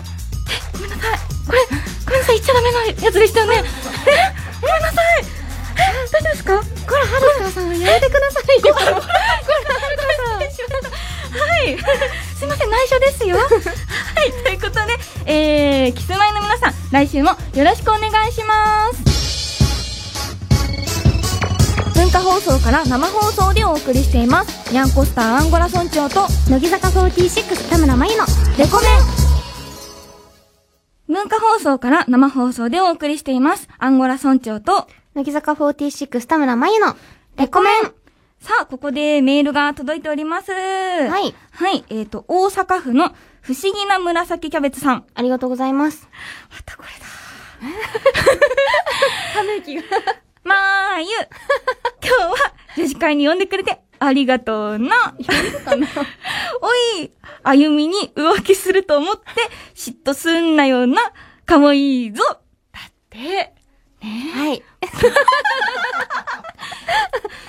Speaker 2: ごめんなさい。これ、ごめんなさい、言っちゃダメなやつでしたよね。え、ごめんなさい。え、大丈夫ですかこれ、はるかさん、やめてくださいよ。これ、はるかさん。はい。すいません、内緒ですよ。はい、ということで、えー、キスマイの皆さん、来週もよろしくお願いします。文化放送から生放送でお送りしています。ニャンコスターアンゴラ村長と、
Speaker 5: 乃木坂46田村真由の
Speaker 2: レコメン文化放送から生放送でお送りしています。アンゴラ村長と、
Speaker 5: 乃木坂46田村真由のレコメン。
Speaker 2: さあ、ここでメールが届いております。はいはい、えっ、と、大阪府の不思議な紫キャベツさん。
Speaker 5: ありがとうございます
Speaker 2: またこれだ。 ため息が。まーゆ、 今日は女子会に呼んでくれてありがとうな。 おい、あゆみに浮気すると思って嫉妬すんなよな。かもいいぞ。だって。
Speaker 5: はい。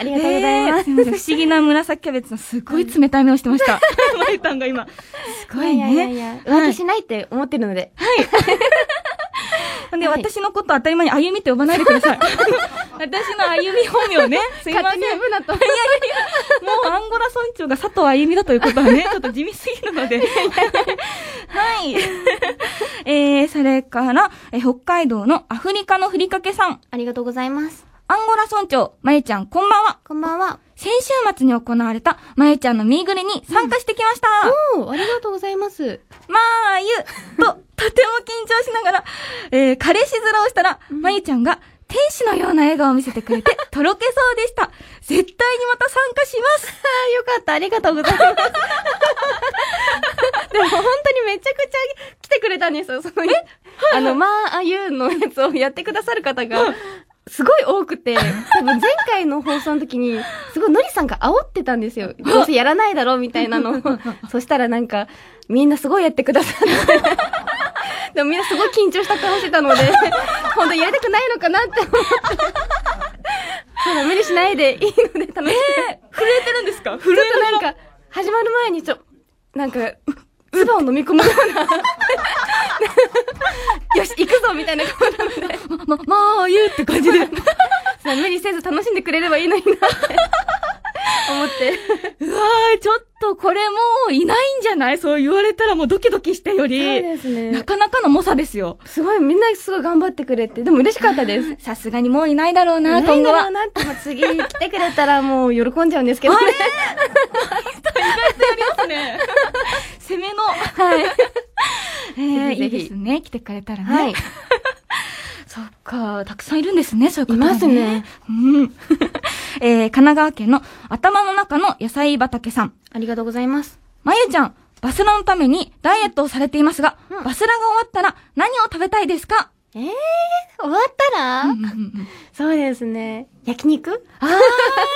Speaker 5: ありがとうございます。
Speaker 2: す。みません不思議な紫キャベツのすごい冷たい目をしてま した。マイタンが今。すごい
Speaker 5: いやい
Speaker 2: ね。
Speaker 5: やいや、浮気しないって思ってるので。
Speaker 2: で、私のこと当たり前にあゆみって呼ばないでください。私のあゆみ本名ね。すいません。
Speaker 3: 危なと
Speaker 2: もうアンゴラ村長が佐藤あゆみだということはね、ちょっと地味すぎるので。はい。 えー、それから、えー北海道のアフリカのふりかけさん。
Speaker 5: ありがとうございます。
Speaker 2: アンゴラ村長、まゆちゃん、こんばんは。
Speaker 5: こんばんは。
Speaker 2: 先週末に行われた、まゆちゃんのミーグレに参加してきました。
Speaker 3: おーありがとうございます
Speaker 2: まー ゆと、とても緊張しながら、えー、彼氏面をしたら、まゆちゃんが、天使のような笑顔を見せてくれ て、とろけそうでした。絶対にまた参加します。
Speaker 3: あ ーよかったありがとうございますでも本当にめちゃくちゃ来てくれたんですよそのあのまああゆのやつをやってくださる方がすごい多くて、多分前回の放送の時に、すごいのりさんが煽ってたんですよ。どうせやらないだろうみたいなのを。そしたらなんか、みんなすごいやってくださって。 でもみんなすごい緊張した顔してたので、 本当にやりたくないのかなって思 って。そうだ、無理しないでいいので楽しく。
Speaker 2: 震えてるんですか震
Speaker 3: ちょっとなんか、始まる前にちょ、なんか、う唾を飲み込むような。 よし、行くぞみたいな顔なので。
Speaker 2: ま、まあ、言うって感じで。
Speaker 3: そう無理せず楽しんでくれればいいのになって思って。
Speaker 2: うわー、ちょっとこれもういないんじゃないそう言われたらもうドキドキしたより。
Speaker 3: す
Speaker 2: な。かなかの猛者ですよ。
Speaker 3: すごい、みんなすごい頑張ってくれて、でも嬉しかったです。
Speaker 2: さすがにもういないだろう
Speaker 3: な
Speaker 2: な、
Speaker 3: い
Speaker 2: 今
Speaker 3: ん
Speaker 2: 後
Speaker 3: だろ
Speaker 2: は
Speaker 3: う。なって、もう次来てくれたらもう喜んじゃうんですけどね。
Speaker 2: ね。攻めの。はい。 えー、
Speaker 3: ぜ
Speaker 2: い
Speaker 3: ひぜ
Speaker 2: い
Speaker 3: ひ
Speaker 2: ですね。来てくれたらね。
Speaker 3: はい。
Speaker 2: そっか、たくさんいるんですね、そういう方が
Speaker 3: いますね。
Speaker 2: うん。 えー、神奈川県の頭の中の野菜畑さん。
Speaker 5: ありがとうございます。
Speaker 2: まゆちゃん、バスラのためにダイエットをされていますが、バスラが終わったら何を食べたいですか
Speaker 5: えー、終わったら、
Speaker 2: うんうんうん
Speaker 3: そうですね。焼肉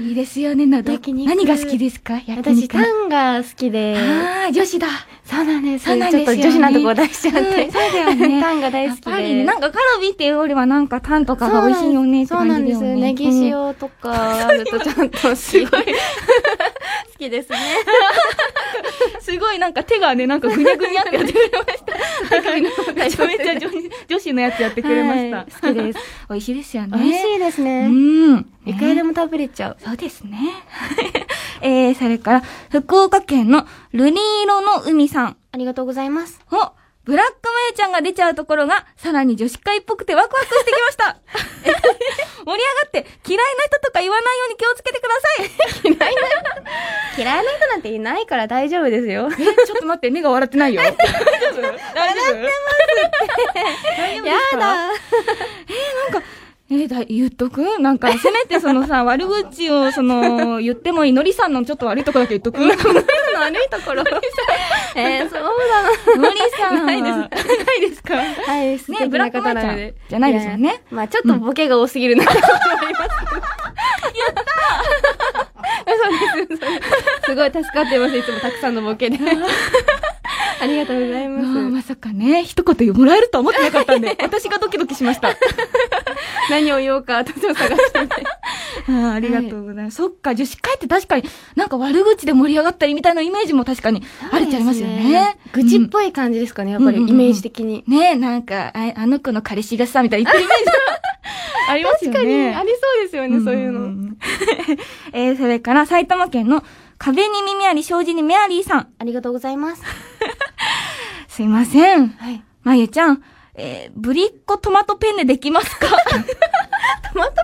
Speaker 2: いいですよね、など。
Speaker 3: 焼肉
Speaker 2: 何が好きですか焼
Speaker 3: 私、
Speaker 2: 肉
Speaker 3: タ
Speaker 2: の。
Speaker 3: ンが好きで。
Speaker 2: ああ、女子だ。
Speaker 3: そうなんです。
Speaker 2: そうなんですよね
Speaker 3: ちょっと女子なとこ出しちゃっ
Speaker 2: うん
Speaker 3: て。
Speaker 2: そうだ よね
Speaker 3: タンが大
Speaker 2: や
Speaker 3: 好
Speaker 2: っ
Speaker 3: きで。
Speaker 2: ぱりなんかカルビっていうよりはなんかタンとか
Speaker 3: そう
Speaker 2: が
Speaker 3: なん
Speaker 2: 美味しいよねって
Speaker 3: そう
Speaker 2: 感
Speaker 3: なん
Speaker 2: じだ
Speaker 3: です
Speaker 2: よね。
Speaker 3: ネギ塩とかあるとちゃんと好き。 すごい。好きですね。
Speaker 2: すごいなんか手がね、なんかぐにゃぐにゃってやってくれました。めちゃめちゃ女子女子のやつやってくれました。
Speaker 3: はい好きです。
Speaker 2: 美味しいです よね。
Speaker 3: 美味しいです
Speaker 2: う
Speaker 3: ね。
Speaker 2: ん。
Speaker 3: いくらでも食べれちゃう。
Speaker 2: そうですね。 えー、それから、福岡県の瑠璃色の海さん。
Speaker 5: ありがとうございます。
Speaker 2: おブラックマユちゃんが出ちゃうところが、さらに女子会っぽくてワクワクしてきましたえ盛り上がって、嫌いな人とか言わないように気をつけてください
Speaker 3: 嫌いな人なんていないから大丈夫ですよ。
Speaker 2: え、ちょっと待って、目が笑ってないよ。大丈夫大丈夫大丈夫ですかやだ。えー、なんか、えーだ、言っとくなんか、せめてそのさ、悪口を、その、言ってもいいのりさんのちょっと悪いとこだけ言っとくのりさん
Speaker 3: 悪いところ。え ー、そうだな。
Speaker 2: ないです。ないですか
Speaker 3: はい、素
Speaker 2: ね、
Speaker 3: 敵
Speaker 2: ブ
Speaker 3: な
Speaker 2: ラック
Speaker 3: 方
Speaker 2: マ
Speaker 3: な
Speaker 2: イちゃ
Speaker 3: の
Speaker 2: ん
Speaker 3: で。
Speaker 2: じゃないですよね。
Speaker 3: まあちょっとボケが多すぎるなと思い ます。やったーそうです。そうですすごい助かってます。いつもたくさんのボケ で。 ありがとうござい
Speaker 2: わ
Speaker 3: ま
Speaker 2: あ
Speaker 3: す。
Speaker 2: まさかね、一言もらえるとは思ってなかった んで、私がドキドキしま した。あ
Speaker 3: 何を言おうか、私を探してみて。
Speaker 2: ーありがとうございます。そっか、女子会って確かに、なんか悪口で盛り上がったりみたいなイメージも確かにあるちゃいますよね。
Speaker 3: 愚痴っ
Speaker 2: い。
Speaker 3: ぽい感じですかね、やっぱり、イ
Speaker 2: うん
Speaker 3: メージ的に。
Speaker 2: ねなんかあ、あの子の彼氏がさ、みたいな言ってるイメージ ありますよ
Speaker 3: 確かに、
Speaker 2: ね。
Speaker 3: ありそうですよね、そういうの。
Speaker 2: の。えー、それから埼玉県の壁に耳あり、障子にメアリーさん。
Speaker 5: ありがとうございます。
Speaker 2: すいません。
Speaker 3: はい。
Speaker 2: まゆちゃん、えー、ぶりっ子トマトペンネできま すかトマト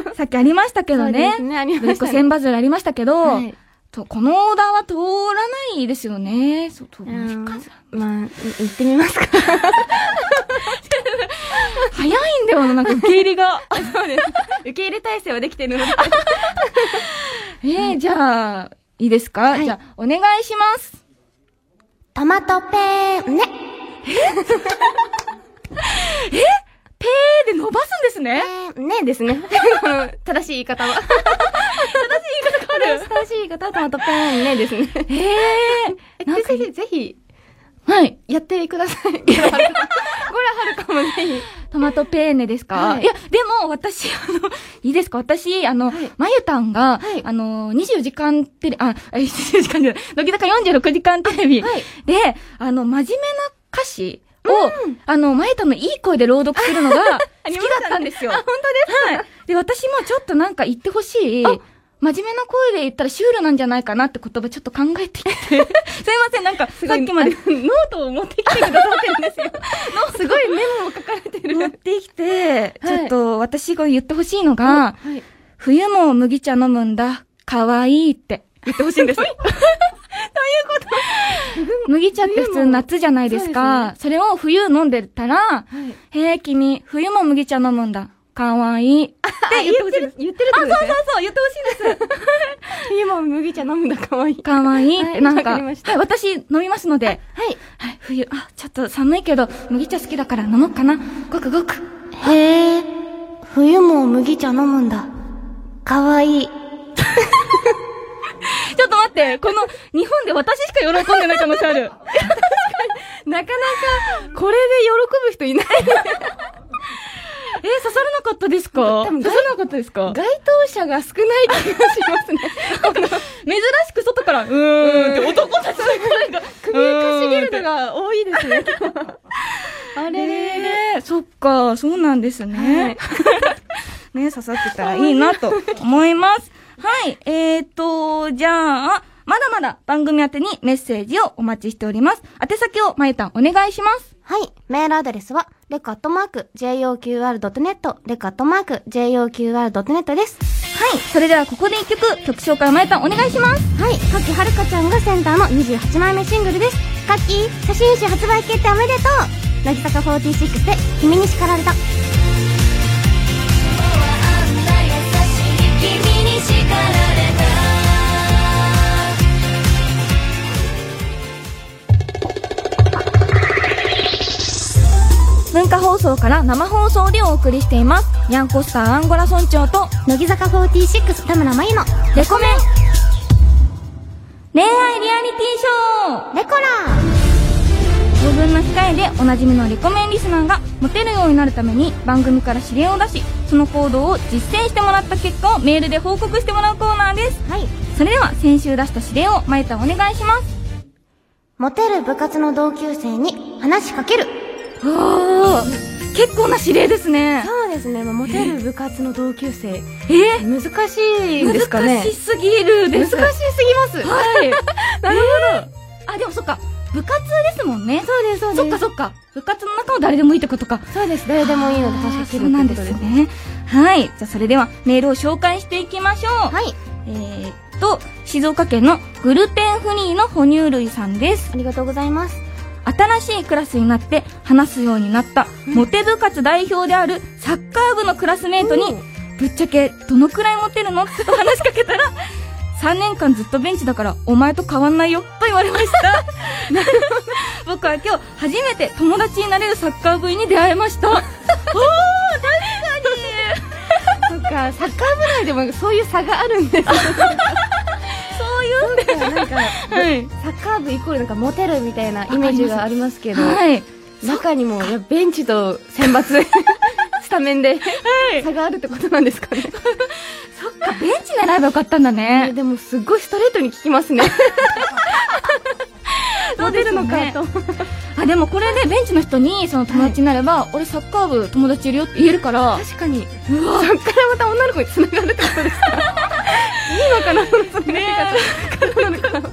Speaker 2: ペンネさっきありましたけ
Speaker 3: そ
Speaker 2: ど
Speaker 3: うで
Speaker 2: ね
Speaker 3: す。ね、あり
Speaker 2: ぶり
Speaker 3: ま
Speaker 2: っ
Speaker 3: し
Speaker 2: 子
Speaker 3: た
Speaker 2: 千
Speaker 3: ね。
Speaker 2: 羽鶴ありましたけど、
Speaker 3: はい
Speaker 2: とこのオーダーは通らないですよね。そう、と
Speaker 3: うんまあ、い行ってみますか。
Speaker 2: 早いんだよな、なん か受け入れが。
Speaker 3: 受け入れ体制はできてるので。
Speaker 2: えー、じゃあ、いいですか、じゃあ、お願いします。
Speaker 5: トマトペーね。
Speaker 2: ペーで伸ばすんですね。
Speaker 3: ねです ね。この正しい言い方は。正しい言い方がある。正しい言い方はトマトペーンねですね。
Speaker 2: え
Speaker 3: え
Speaker 2: ー、なんか
Speaker 3: ぜ、ひ、ぜひ、
Speaker 2: はい。
Speaker 3: やってください。ゴラハルカ。ゴラハルカもぜ ひ。
Speaker 2: トマトペーネですか、、
Speaker 3: はいい
Speaker 2: や、でも、私、あの、いいですか私、あの、
Speaker 3: はい
Speaker 2: まゆたん
Speaker 3: は
Speaker 2: が、
Speaker 3: い
Speaker 2: あの、24時間テレビ、あ、あ24時間じゃない、乃木坂46時間テレビ
Speaker 3: はい
Speaker 2: で、あの、真面目な歌詞を、あの、まゆたんのいい声で朗読する のが好きだったんですよ。あ、本当ですかはい。で、私もちょっとなんか言ってほしい、真面目な声で言ったらシュールなんじゃないかなって言葉ちょっと考 えてきて。すいません、なんか、さっきまでノートを持ってきてくださってるん ですよ。
Speaker 3: すごいメモも書かれてる。
Speaker 2: 持ってきて、
Speaker 3: はい
Speaker 2: ちょっと私が言ってほしいのが、
Speaker 3: はい。
Speaker 2: 冬も麦茶飲むんだ、かわいいって言ってほしい んです。どういうこと麦茶って普通夏じゃないですか。それを冬飲んでたら、
Speaker 3: はい。
Speaker 2: へえ、君、冬も麦茶飲むんだ、かわいい。あ、
Speaker 3: 言ってる、言ってるってことですね。
Speaker 2: そう、言ってほしいんです。
Speaker 3: 今も麦茶飲むんだ、かわいい。
Speaker 2: かわいいっ
Speaker 3: は
Speaker 2: て、
Speaker 3: い
Speaker 2: なん
Speaker 3: わ
Speaker 2: か、は
Speaker 3: かりま
Speaker 2: い
Speaker 3: した、
Speaker 2: 私飲みますので、はい、はい、冬、あ、ちょっと寒いけど、麦茶好きだから飲もうかな。ごくごく。
Speaker 5: へえ、冬も麦茶飲むんだ。か わいい。
Speaker 2: ちょっと待って、この日本で私しか喜んでない可能性ある。
Speaker 3: なかなか、これで喜ぶ人 いない。
Speaker 2: えー、刺さらなかったですか
Speaker 3: 多
Speaker 2: 刺
Speaker 3: 分
Speaker 2: さらなかったですか
Speaker 3: 該当者が少ない気がしますね。
Speaker 2: 珍しく外から、うーんって男たちの声が、
Speaker 3: 首かしげるのが多いですね。
Speaker 2: あれれそっか、そうなんですね。 ね、刺さってたらいいなと思います。はい、えーと、じゃあ、まだまだ番組宛てにメッセージをお待ちしております。宛先をまゆたんお願いします。
Speaker 5: はい。メールアドレスは、レカットマーク、JOQR.net、レカットマーク、JOQR.net です。
Speaker 2: はい、それではここで一曲、曲紹介まゆたんお願いします。
Speaker 5: はい。かきはるかちゃんがセンターの28枚目シングルです。かき、写真集発売決定おめでとう乃木坂46で、君に叱られた。
Speaker 7: 「君に叱られた」
Speaker 2: 文化放送から生放送でお送りしていますニャンコスターアンゴラ村長と
Speaker 5: 乃木坂46田村真由の
Speaker 2: レコメン恋愛リアリティショー
Speaker 5: レコラ
Speaker 2: 当分の控えでおなじみのレコメンリスナーがモテるようになるために番組から指令を出しその行動を実践してもらった結果をメールで報告してもらうコーナーです
Speaker 5: はい
Speaker 2: それでは先週出した指令をまゆたんお願いします
Speaker 5: モテる部活の同級生に話しかける
Speaker 2: おお結構な指令ですね
Speaker 3: そうですね、まあ、モテる部活の同級生
Speaker 2: え
Speaker 3: 難しいんですかね
Speaker 2: 難しすぎるで
Speaker 3: 難しす
Speaker 2: す
Speaker 3: ぎます
Speaker 2: はいなるほど、あでもそっか部活ですもんね
Speaker 3: そうですそう
Speaker 2: そっかそっか部活の中も誰でもいいってことか
Speaker 3: そうです誰でもいいので確か
Speaker 2: あー
Speaker 3: に切
Speaker 2: そ
Speaker 3: る
Speaker 2: うなん
Speaker 3: って
Speaker 2: で
Speaker 3: こと
Speaker 2: す
Speaker 3: です
Speaker 2: ねはいじゃあそれではメールを紹介していきましょう
Speaker 5: はい
Speaker 2: えー、っと静岡県のグルテンフリーの哺乳類さんです
Speaker 5: ありがとうございます
Speaker 2: 新しいクラスになって話すようになったモテ部活代表であるサッカー部のクラスメートにぶっちゃけどのくらいモテるのと話しかけた ら3年間ずっとベンチだからお前と変わんないよと言われました 僕は今日初めて友達になれるサッカー部員に出会えました おー確かに
Speaker 3: そっかサッカー部内でもそういう差があるんです
Speaker 2: そういう
Speaker 3: なんか
Speaker 2: はい
Speaker 3: サッカー部イコールなんかモテるみたいなイメージがありますけど
Speaker 2: はい
Speaker 3: 中にもいやベンチと選 抜スタメンで差があるってことなんですかね
Speaker 2: ベンチ狙えばよかったん だ
Speaker 3: え
Speaker 2: ね
Speaker 3: でもすごいストレートに聞きます ねモテるのかと
Speaker 2: あでもこれでベンチの人にその友達になれば、俺サッカー部友達いるよって言えるから
Speaker 3: 確かにそっからまた女の子に繋がるってことですかいいのかなその繋がり方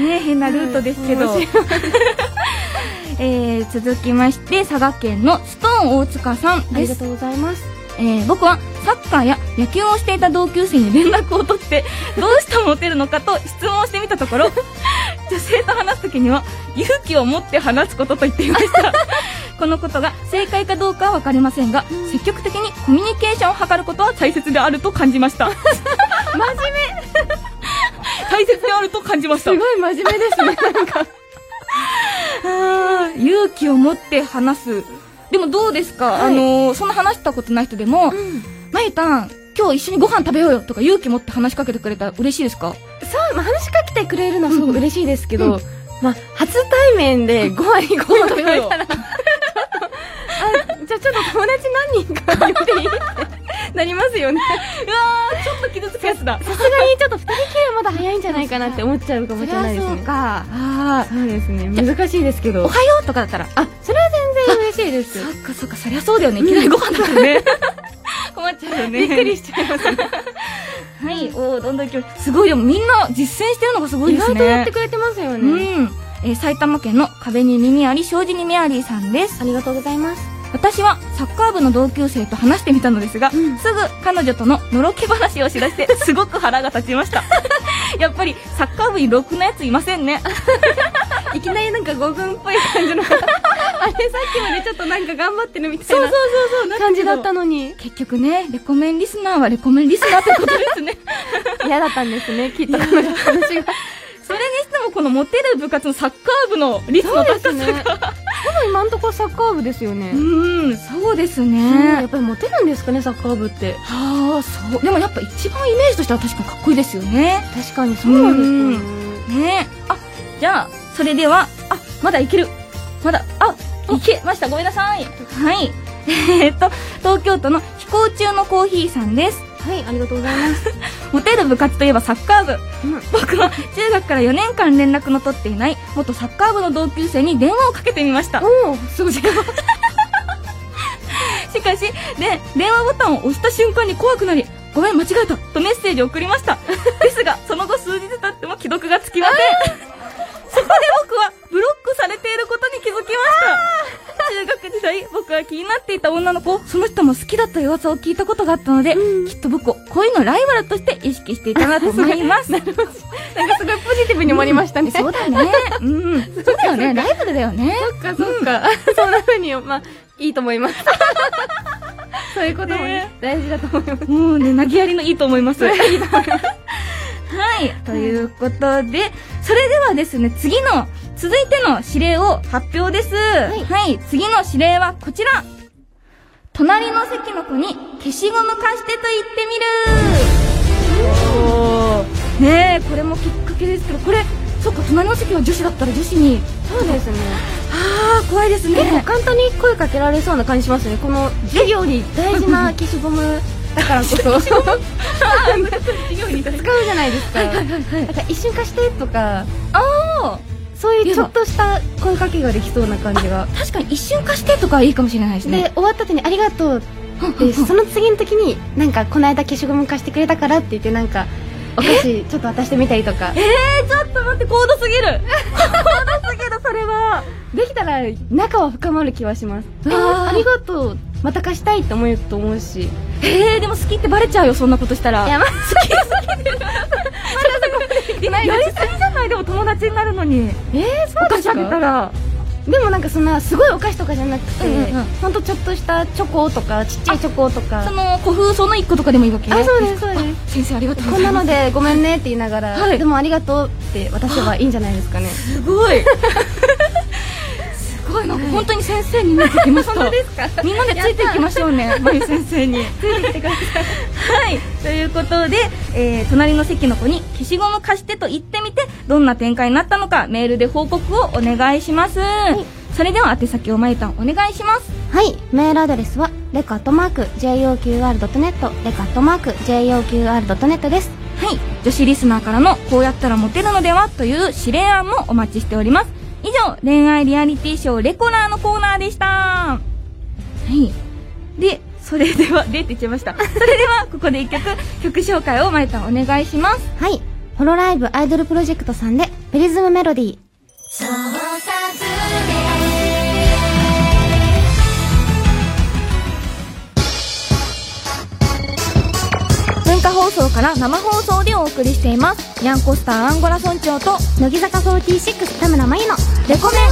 Speaker 2: ね変なルートですけど、 えー、続きまして佐賀県のストーン大塚さん
Speaker 5: あ
Speaker 2: で
Speaker 5: りが
Speaker 2: す、
Speaker 5: とうございます
Speaker 2: えー、僕はサッカーや野球をしていた同級生に連絡を取 ってどうしたらモテるのかと質問してみたと ころ女性と話す時には勇気を持って話すことと言っていました このことが正解かどうかは分かりませんが積極的にコミュニケーションを図ることは大切であると感じました 真面目大切であると感じました
Speaker 3: すごい真面目ですね なんか
Speaker 2: あー勇気を持って話すでもどうですか、あのーそんな話したことない人でも、まゆたん今日一緒にご飯食べようよとか勇気持って話しかけてくれたら嬉しいですか
Speaker 3: そう、まあ、話しかけてくれるのはすごく嬉しいですけど、まあ、初対面でご飯行こうと言われたら、ちょっとあ、じゃあちょっと友達何人か言っていいってなりますよね。
Speaker 2: うわーちょっと傷つくやつだ
Speaker 3: さすがにちょっと二人きりはまだ早いんじゃないかなって思っちゃうかもしれないです
Speaker 2: そう
Speaker 3: ね。
Speaker 2: かあ
Speaker 3: そうですね。難しいですけ
Speaker 2: お
Speaker 3: ど。
Speaker 2: はようとかだったらあ
Speaker 3: あ、それは全然嬉しいです。
Speaker 2: そっかそっかそりゃそうだよねいきなりご飯だからね 困っちゃうよね
Speaker 3: びっくりしちゃい ます。
Speaker 2: はいおーどんどん行きますすごいでもみんな実践してるのがすごい
Speaker 3: 意
Speaker 2: ですね
Speaker 3: 外とやってくれてますよね。
Speaker 2: うん、えー埼玉県の壁に耳あり障子に目ありさんです
Speaker 5: ありがとうございます
Speaker 2: 私はサッカー部の同級生と話してみたのですが、
Speaker 5: ん
Speaker 2: すぐ彼女とののろけ話をしだ してすごく腹が立ちました やっぱりサッカー部にろくなやついませんね
Speaker 3: いきなりなんか五軍っぽい感じの。あれ、さっきまでちょっとなんか頑張ってるみたいな感じだったのに。
Speaker 2: 結局ねレコメンリスナーはレコメンリスナーってこと ですね
Speaker 3: 嫌だったんですね、きっと彼女の話が。
Speaker 2: それにしてもこのモテる部活のサッカー部の率の高さが
Speaker 3: ね。ほぼ今んとこサッカー部ですよ
Speaker 2: う
Speaker 3: ね。
Speaker 2: んそうです
Speaker 3: や
Speaker 2: ね
Speaker 3: っぱりモテるんですかね、サッカー部って。
Speaker 2: はあそうでもやっぱ一番イメージとしては確かにかっこいいですよね
Speaker 3: 確かにそうなんですかね。
Speaker 2: ねえあじゃあそれではあまだいけるまだあいけましたごめんなさいはい えーっと東京都の飛行中のコーヒーさんです
Speaker 5: はいありがとうございます
Speaker 2: モテる部活といえばサッカー部、
Speaker 5: うん
Speaker 2: 僕は中学から4年間連絡の取っていない元サッカー部の同級生に電話をかけてみました
Speaker 3: おお、すごい。
Speaker 2: しかしで電話ボタンを押した瞬間に怖くなりごめん間違えたとメッセージを送りま したですがその後数日経っても既読がつきませんそこで僕はブロックされていることに気づきました中学時代僕が気になっていた女の子をその人も好きだという噂を聞いたことがあったので、きっと僕を恋のライバルとして意識していたなと思い ます
Speaker 3: なんかすごいポジティブに終わりましたね。
Speaker 2: そうだね うんそうだよねライバルだよね
Speaker 3: そっかそっか。そんな風に、まあ、いいと思います。 そういうこともね
Speaker 2: ね
Speaker 3: 大事だと思います。
Speaker 2: もうね、投げやりのいいと思います。いいと思います。はい、ということで、それではですね、次の続いての指令を発表です。はいい、次の指令はこちら。隣の席の子に消しゴム貸してと言ってみる。ねえ、これもきっかけですけど、これ、そっか、隣の席は女子だったら女子に。
Speaker 3: そうですね
Speaker 2: ああ、怖いです
Speaker 3: 結構
Speaker 2: ね。
Speaker 3: 簡単に声かけられそうな感じしますねこの授業に大事な消しゴムだからこそ使うじゃないですかなんか一瞬貸してとか
Speaker 2: ああ、
Speaker 3: そういうちょっとした声かけができそうな感じが
Speaker 2: 確かに一瞬貸してとかいいかもしれないですね。
Speaker 3: で終わった後に「ありがとう」 ってその次の時になんかこの間消しゴム貸してくれたからって言ってなんかお菓子ちょっと渡してみたりとか
Speaker 2: えー、ちょっと待って、高度すぎる。高度すぎる、それは。
Speaker 3: できたら仲は深まる気はしますえ
Speaker 2: あー
Speaker 3: ありがとうまた貸したいって思うと思うし
Speaker 2: えー、でも好きってバレちゃうよ、そんなことしたら。
Speaker 3: いやまあ
Speaker 2: やりすぎじゃないでも友達になるのに
Speaker 3: えー、そう
Speaker 2: お菓子あげたら
Speaker 3: でもなんかそんなすごいお菓子とかじゃなくて、
Speaker 2: うんうんうん
Speaker 3: ほんとちょっとしたチョコとかちっちゃいチョコと
Speaker 2: そ
Speaker 3: か
Speaker 2: の古風その一個とかでもいいわけ
Speaker 3: あそうですそうです
Speaker 2: 先生ありがとう
Speaker 3: す
Speaker 2: ご
Speaker 3: こ
Speaker 2: ざ
Speaker 3: んな
Speaker 2: いま
Speaker 3: のでごめんねって言いながら、
Speaker 2: はい
Speaker 3: でもありがとうって渡せばいいんじゃないですかね
Speaker 2: すすごいすごいなんか本当に先生になってきました 本当ですかみんなでついていきましょうねまゆ先生についてきてくださいはいということで、えー隣の席の子に消しゴム貸してと言ってみてどんな展開になったのかメールで報告をお願いします、それでは宛先をまゆたんお願いします
Speaker 5: はい、メールアドレスは、レカットマーク、JOQR.net、レカットマーク、JOQR.net です。
Speaker 2: はい、女子リスナーからのこうやったらモテるのではという指令案もお待ちしております。以上、恋愛リアリティショーレコナーのコーナーでした。はい。で、それでは、でって言っちゃいました。それでは、ここで一曲、曲紹介をまえたんお願いします。
Speaker 5: はい、ホロライブアイドルプロジェクトさんで、プリズムメロディー。
Speaker 2: 文化放送から生放送でお送りしています。ニャンコスターアンゴラ村長と、
Speaker 5: 乃木坂46田村真由の、
Speaker 2: レコメン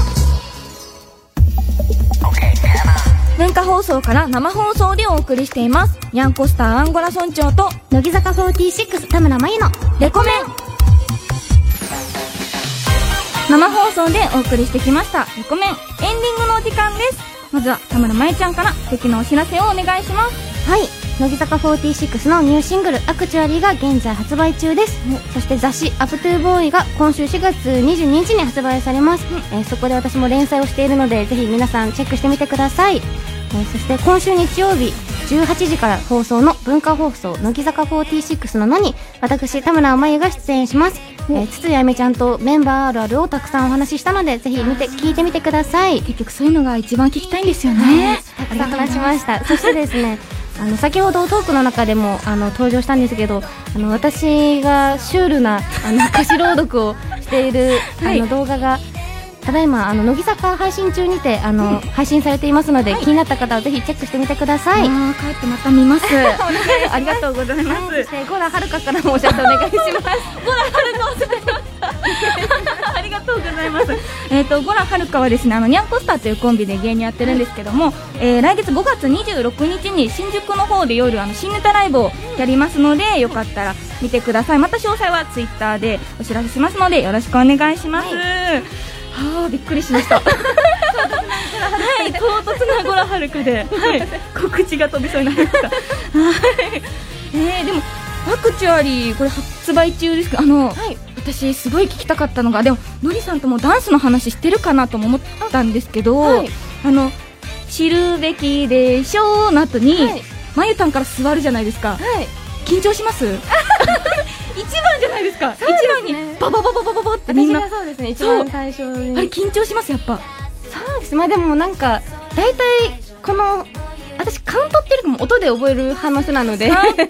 Speaker 2: 文化放送から生放送でお送りしています。ニャンコスターアンゴラ村長と、
Speaker 5: 乃木坂46田村真由の、
Speaker 2: レコメン生放送でお送りしてきましたレコメンエンディングのお時間ですまずは田村まゆちゃんから素敵なお知らせをお願いします
Speaker 5: はい乃木坂46のニューシングル「アクチュアリー」が現在発売中です、そして雑誌「アップトゥーボーイが今週4月22日に発売されます、えーそこで私も連載をしているのでぜひ皆さんチェックしてみてください、えーそして今週日曜日18時から放送の文化放送乃木坂46ののに私田村真由が出演します、えー、筒井あゆみちゃんとメンバーあるあるをたくさんお話ししたのでぜひ見て聞いてみてください
Speaker 2: 結局そういうのが一番聞きたいんですよ
Speaker 5: ね、たくさん話しましたそしてです ねあの先ほどトークの中でもあの登場したんですけどあの私がシュールなあ の歌詞朗読をしている、
Speaker 2: はい
Speaker 5: あの動画がただいまあの乃木坂配信中にてあの、配信されていますので、気になった方はぜひチェックしてみてください、
Speaker 2: あー帰ってまた見ますありがとうございま
Speaker 5: はい
Speaker 2: す
Speaker 5: そしてゴラはるかからもお知らせお願いします
Speaker 2: ありがとうございます。えっと、ゴラはるかはですね、あの、ニャンコスターというコンビで芸人やってるんですけども、えー来月5月26日に新宿の方で夜、あの、新ネタライブをやりますので、よかったら見てください。また詳細はツイッターでお知らせしますので、よろしくお願いします。はあ、びっくりしました。はい、唐突なゴラはるかで、はい、告知が飛びそうになりました。はい。えー、でも、アクチュアリー、これ発売中ですけど、あの、私すごい聞きたかったのがでものりさんともダンスの話してるかなとも思ったんですけどあ,、
Speaker 3: はい
Speaker 2: の知るべきでしょうの後に、
Speaker 3: はい
Speaker 2: まゆたんから座るじゃないですか
Speaker 3: はい
Speaker 2: 緊張します一番じゃないです
Speaker 3: う
Speaker 2: か
Speaker 3: ですね
Speaker 2: 一番にバババババババってみ
Speaker 3: 私
Speaker 2: んな
Speaker 3: がそうですね一
Speaker 2: そう
Speaker 3: 番最初に
Speaker 2: あれ緊張しますやっぱ
Speaker 3: そうですまあでもなんか大体この私カウントっていうよりも音で覚える派の人なので
Speaker 2: かっこいい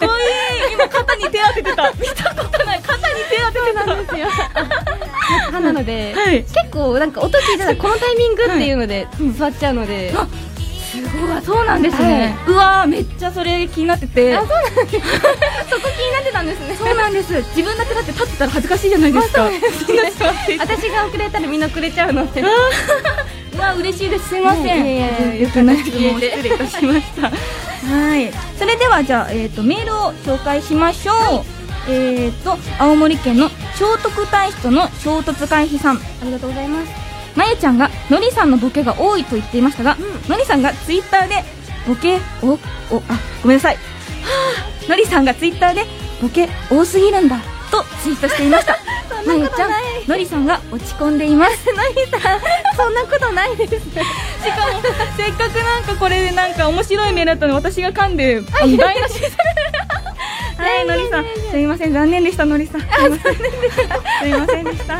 Speaker 2: 今肩に手当て てた見たことない肩に手当ててた
Speaker 3: なんですよ派なので、
Speaker 2: はい
Speaker 3: 結構なんか音聞いたらこのタイミングっていうので座っちゃうので、
Speaker 2: あうわそうなんですね、うわーめっちゃそれ気になってて
Speaker 3: あそうなんですそこ気になってたんですね
Speaker 2: そうなんです。自分だけだって立ってたら恥ずかしいじゃないですか。みんな座ってい て
Speaker 3: 私が遅れたらみんな遅れちゃうので
Speaker 2: うわ嬉し いです。すみません。
Speaker 3: いやいやいや
Speaker 2: よくない質問を失礼いたしました。はい。それではじゃあえっ、とメールを紹介しましょう。えっ、と青森県の聖徳太子との衝突回避さん。
Speaker 3: ありがとうございます
Speaker 2: まゆちゃんがのりさんのボケが多いと言っていましたが、のりさんがツイッターでボケおおあごめんなさいはあのりさんがツイッターでボケ多すぎるんだとツイートしていました まゆちゃんのりさんが落ち込んでいます のりさんそんなことないですしかもせっかくなんかこれでなんか面白いメールだったのに私が噛んであの台無しにさ れたはいのりさんすみません残念でしたのりさんすみませんすみませんで した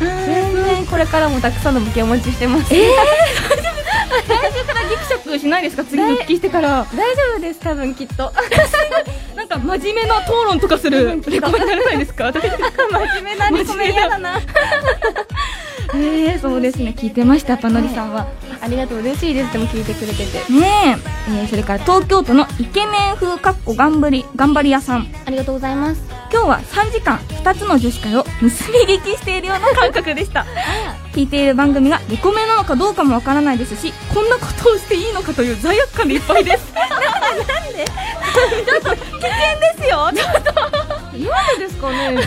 Speaker 3: 全然これからもたくさんのボケお待ちしてます。
Speaker 2: ギクシャクしないですか次に復帰してから
Speaker 3: 大丈夫です、多分きっと。
Speaker 2: なんか真面目な討論とかするレコメにならないですか
Speaker 3: 真面目なリコメン嫌だな。
Speaker 2: えー、そうですね聞いてましたやっぱのりさんは、
Speaker 3: ありがとう、嬉しいです。でも聞いてくれてて。
Speaker 2: ねええーそれから東京都のイケメン風かっこ頑張り頑張り屋さん
Speaker 5: ありがとうございます
Speaker 2: 今日は3時間2つの女子会を盗み聞きしているような感覚でした 聞いている番組がレコメンなのかどうかもわからないですしこんなことをしていいのかという罪悪感でいっぱいです なんでちょっと危険ですよ
Speaker 3: なんでですかね、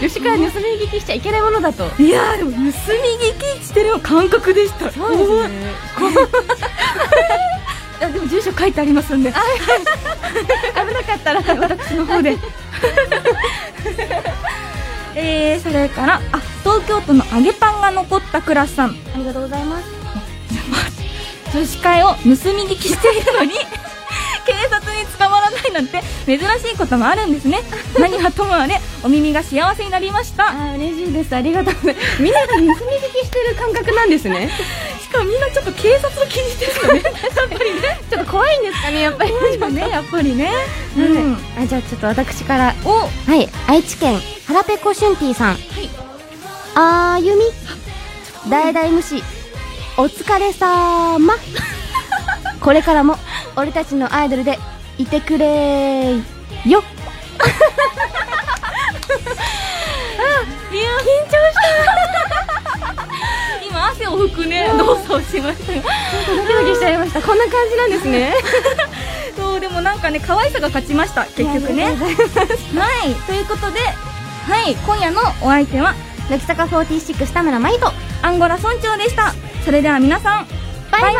Speaker 3: 女子会、女子会盗み聞きしちゃいけないものだ と。
Speaker 2: いやーでも盗み聞きしてるような感覚でしたそうですねあでも住所書いてありますんで
Speaker 3: 危なかったら、
Speaker 2: 私の方 でえー、それからあ東京都の揚げパンが残ったクラスさん
Speaker 5: ありがとうございます
Speaker 2: 女子会を盗み聞きしているのに 警察に捕まらないなんて珍しいこともあるん ですね何はともあれお耳が幸せになりました
Speaker 3: あ嬉しいです、ありがとう。みんなが盗み聞きしてる感覚なんですね。
Speaker 2: しかもみんなちょっと警察を気にしてるよねやっぱりね
Speaker 3: ちょっと怖いんですかね、やっぱり。
Speaker 2: 怖いよねやっぱ りね
Speaker 5: うん
Speaker 3: あじゃあちょっと私から。
Speaker 2: お
Speaker 5: はい愛知県腹ペコシュンティさん、あーゆみ大々無視お疲れさーまこれからも俺たちのアイドルでいてくれーよ
Speaker 2: いや緊張した 今汗を拭くね動作をしましたよ
Speaker 3: ドキドキしちゃいました。こんな感じなんですね。
Speaker 2: そうでもなんかね可愛さが勝ちました結局ねはいということではい今夜のお相手は
Speaker 5: 乃木坂46田村真由と
Speaker 2: アンゴラ村長でしたそれでは皆さんバイバイ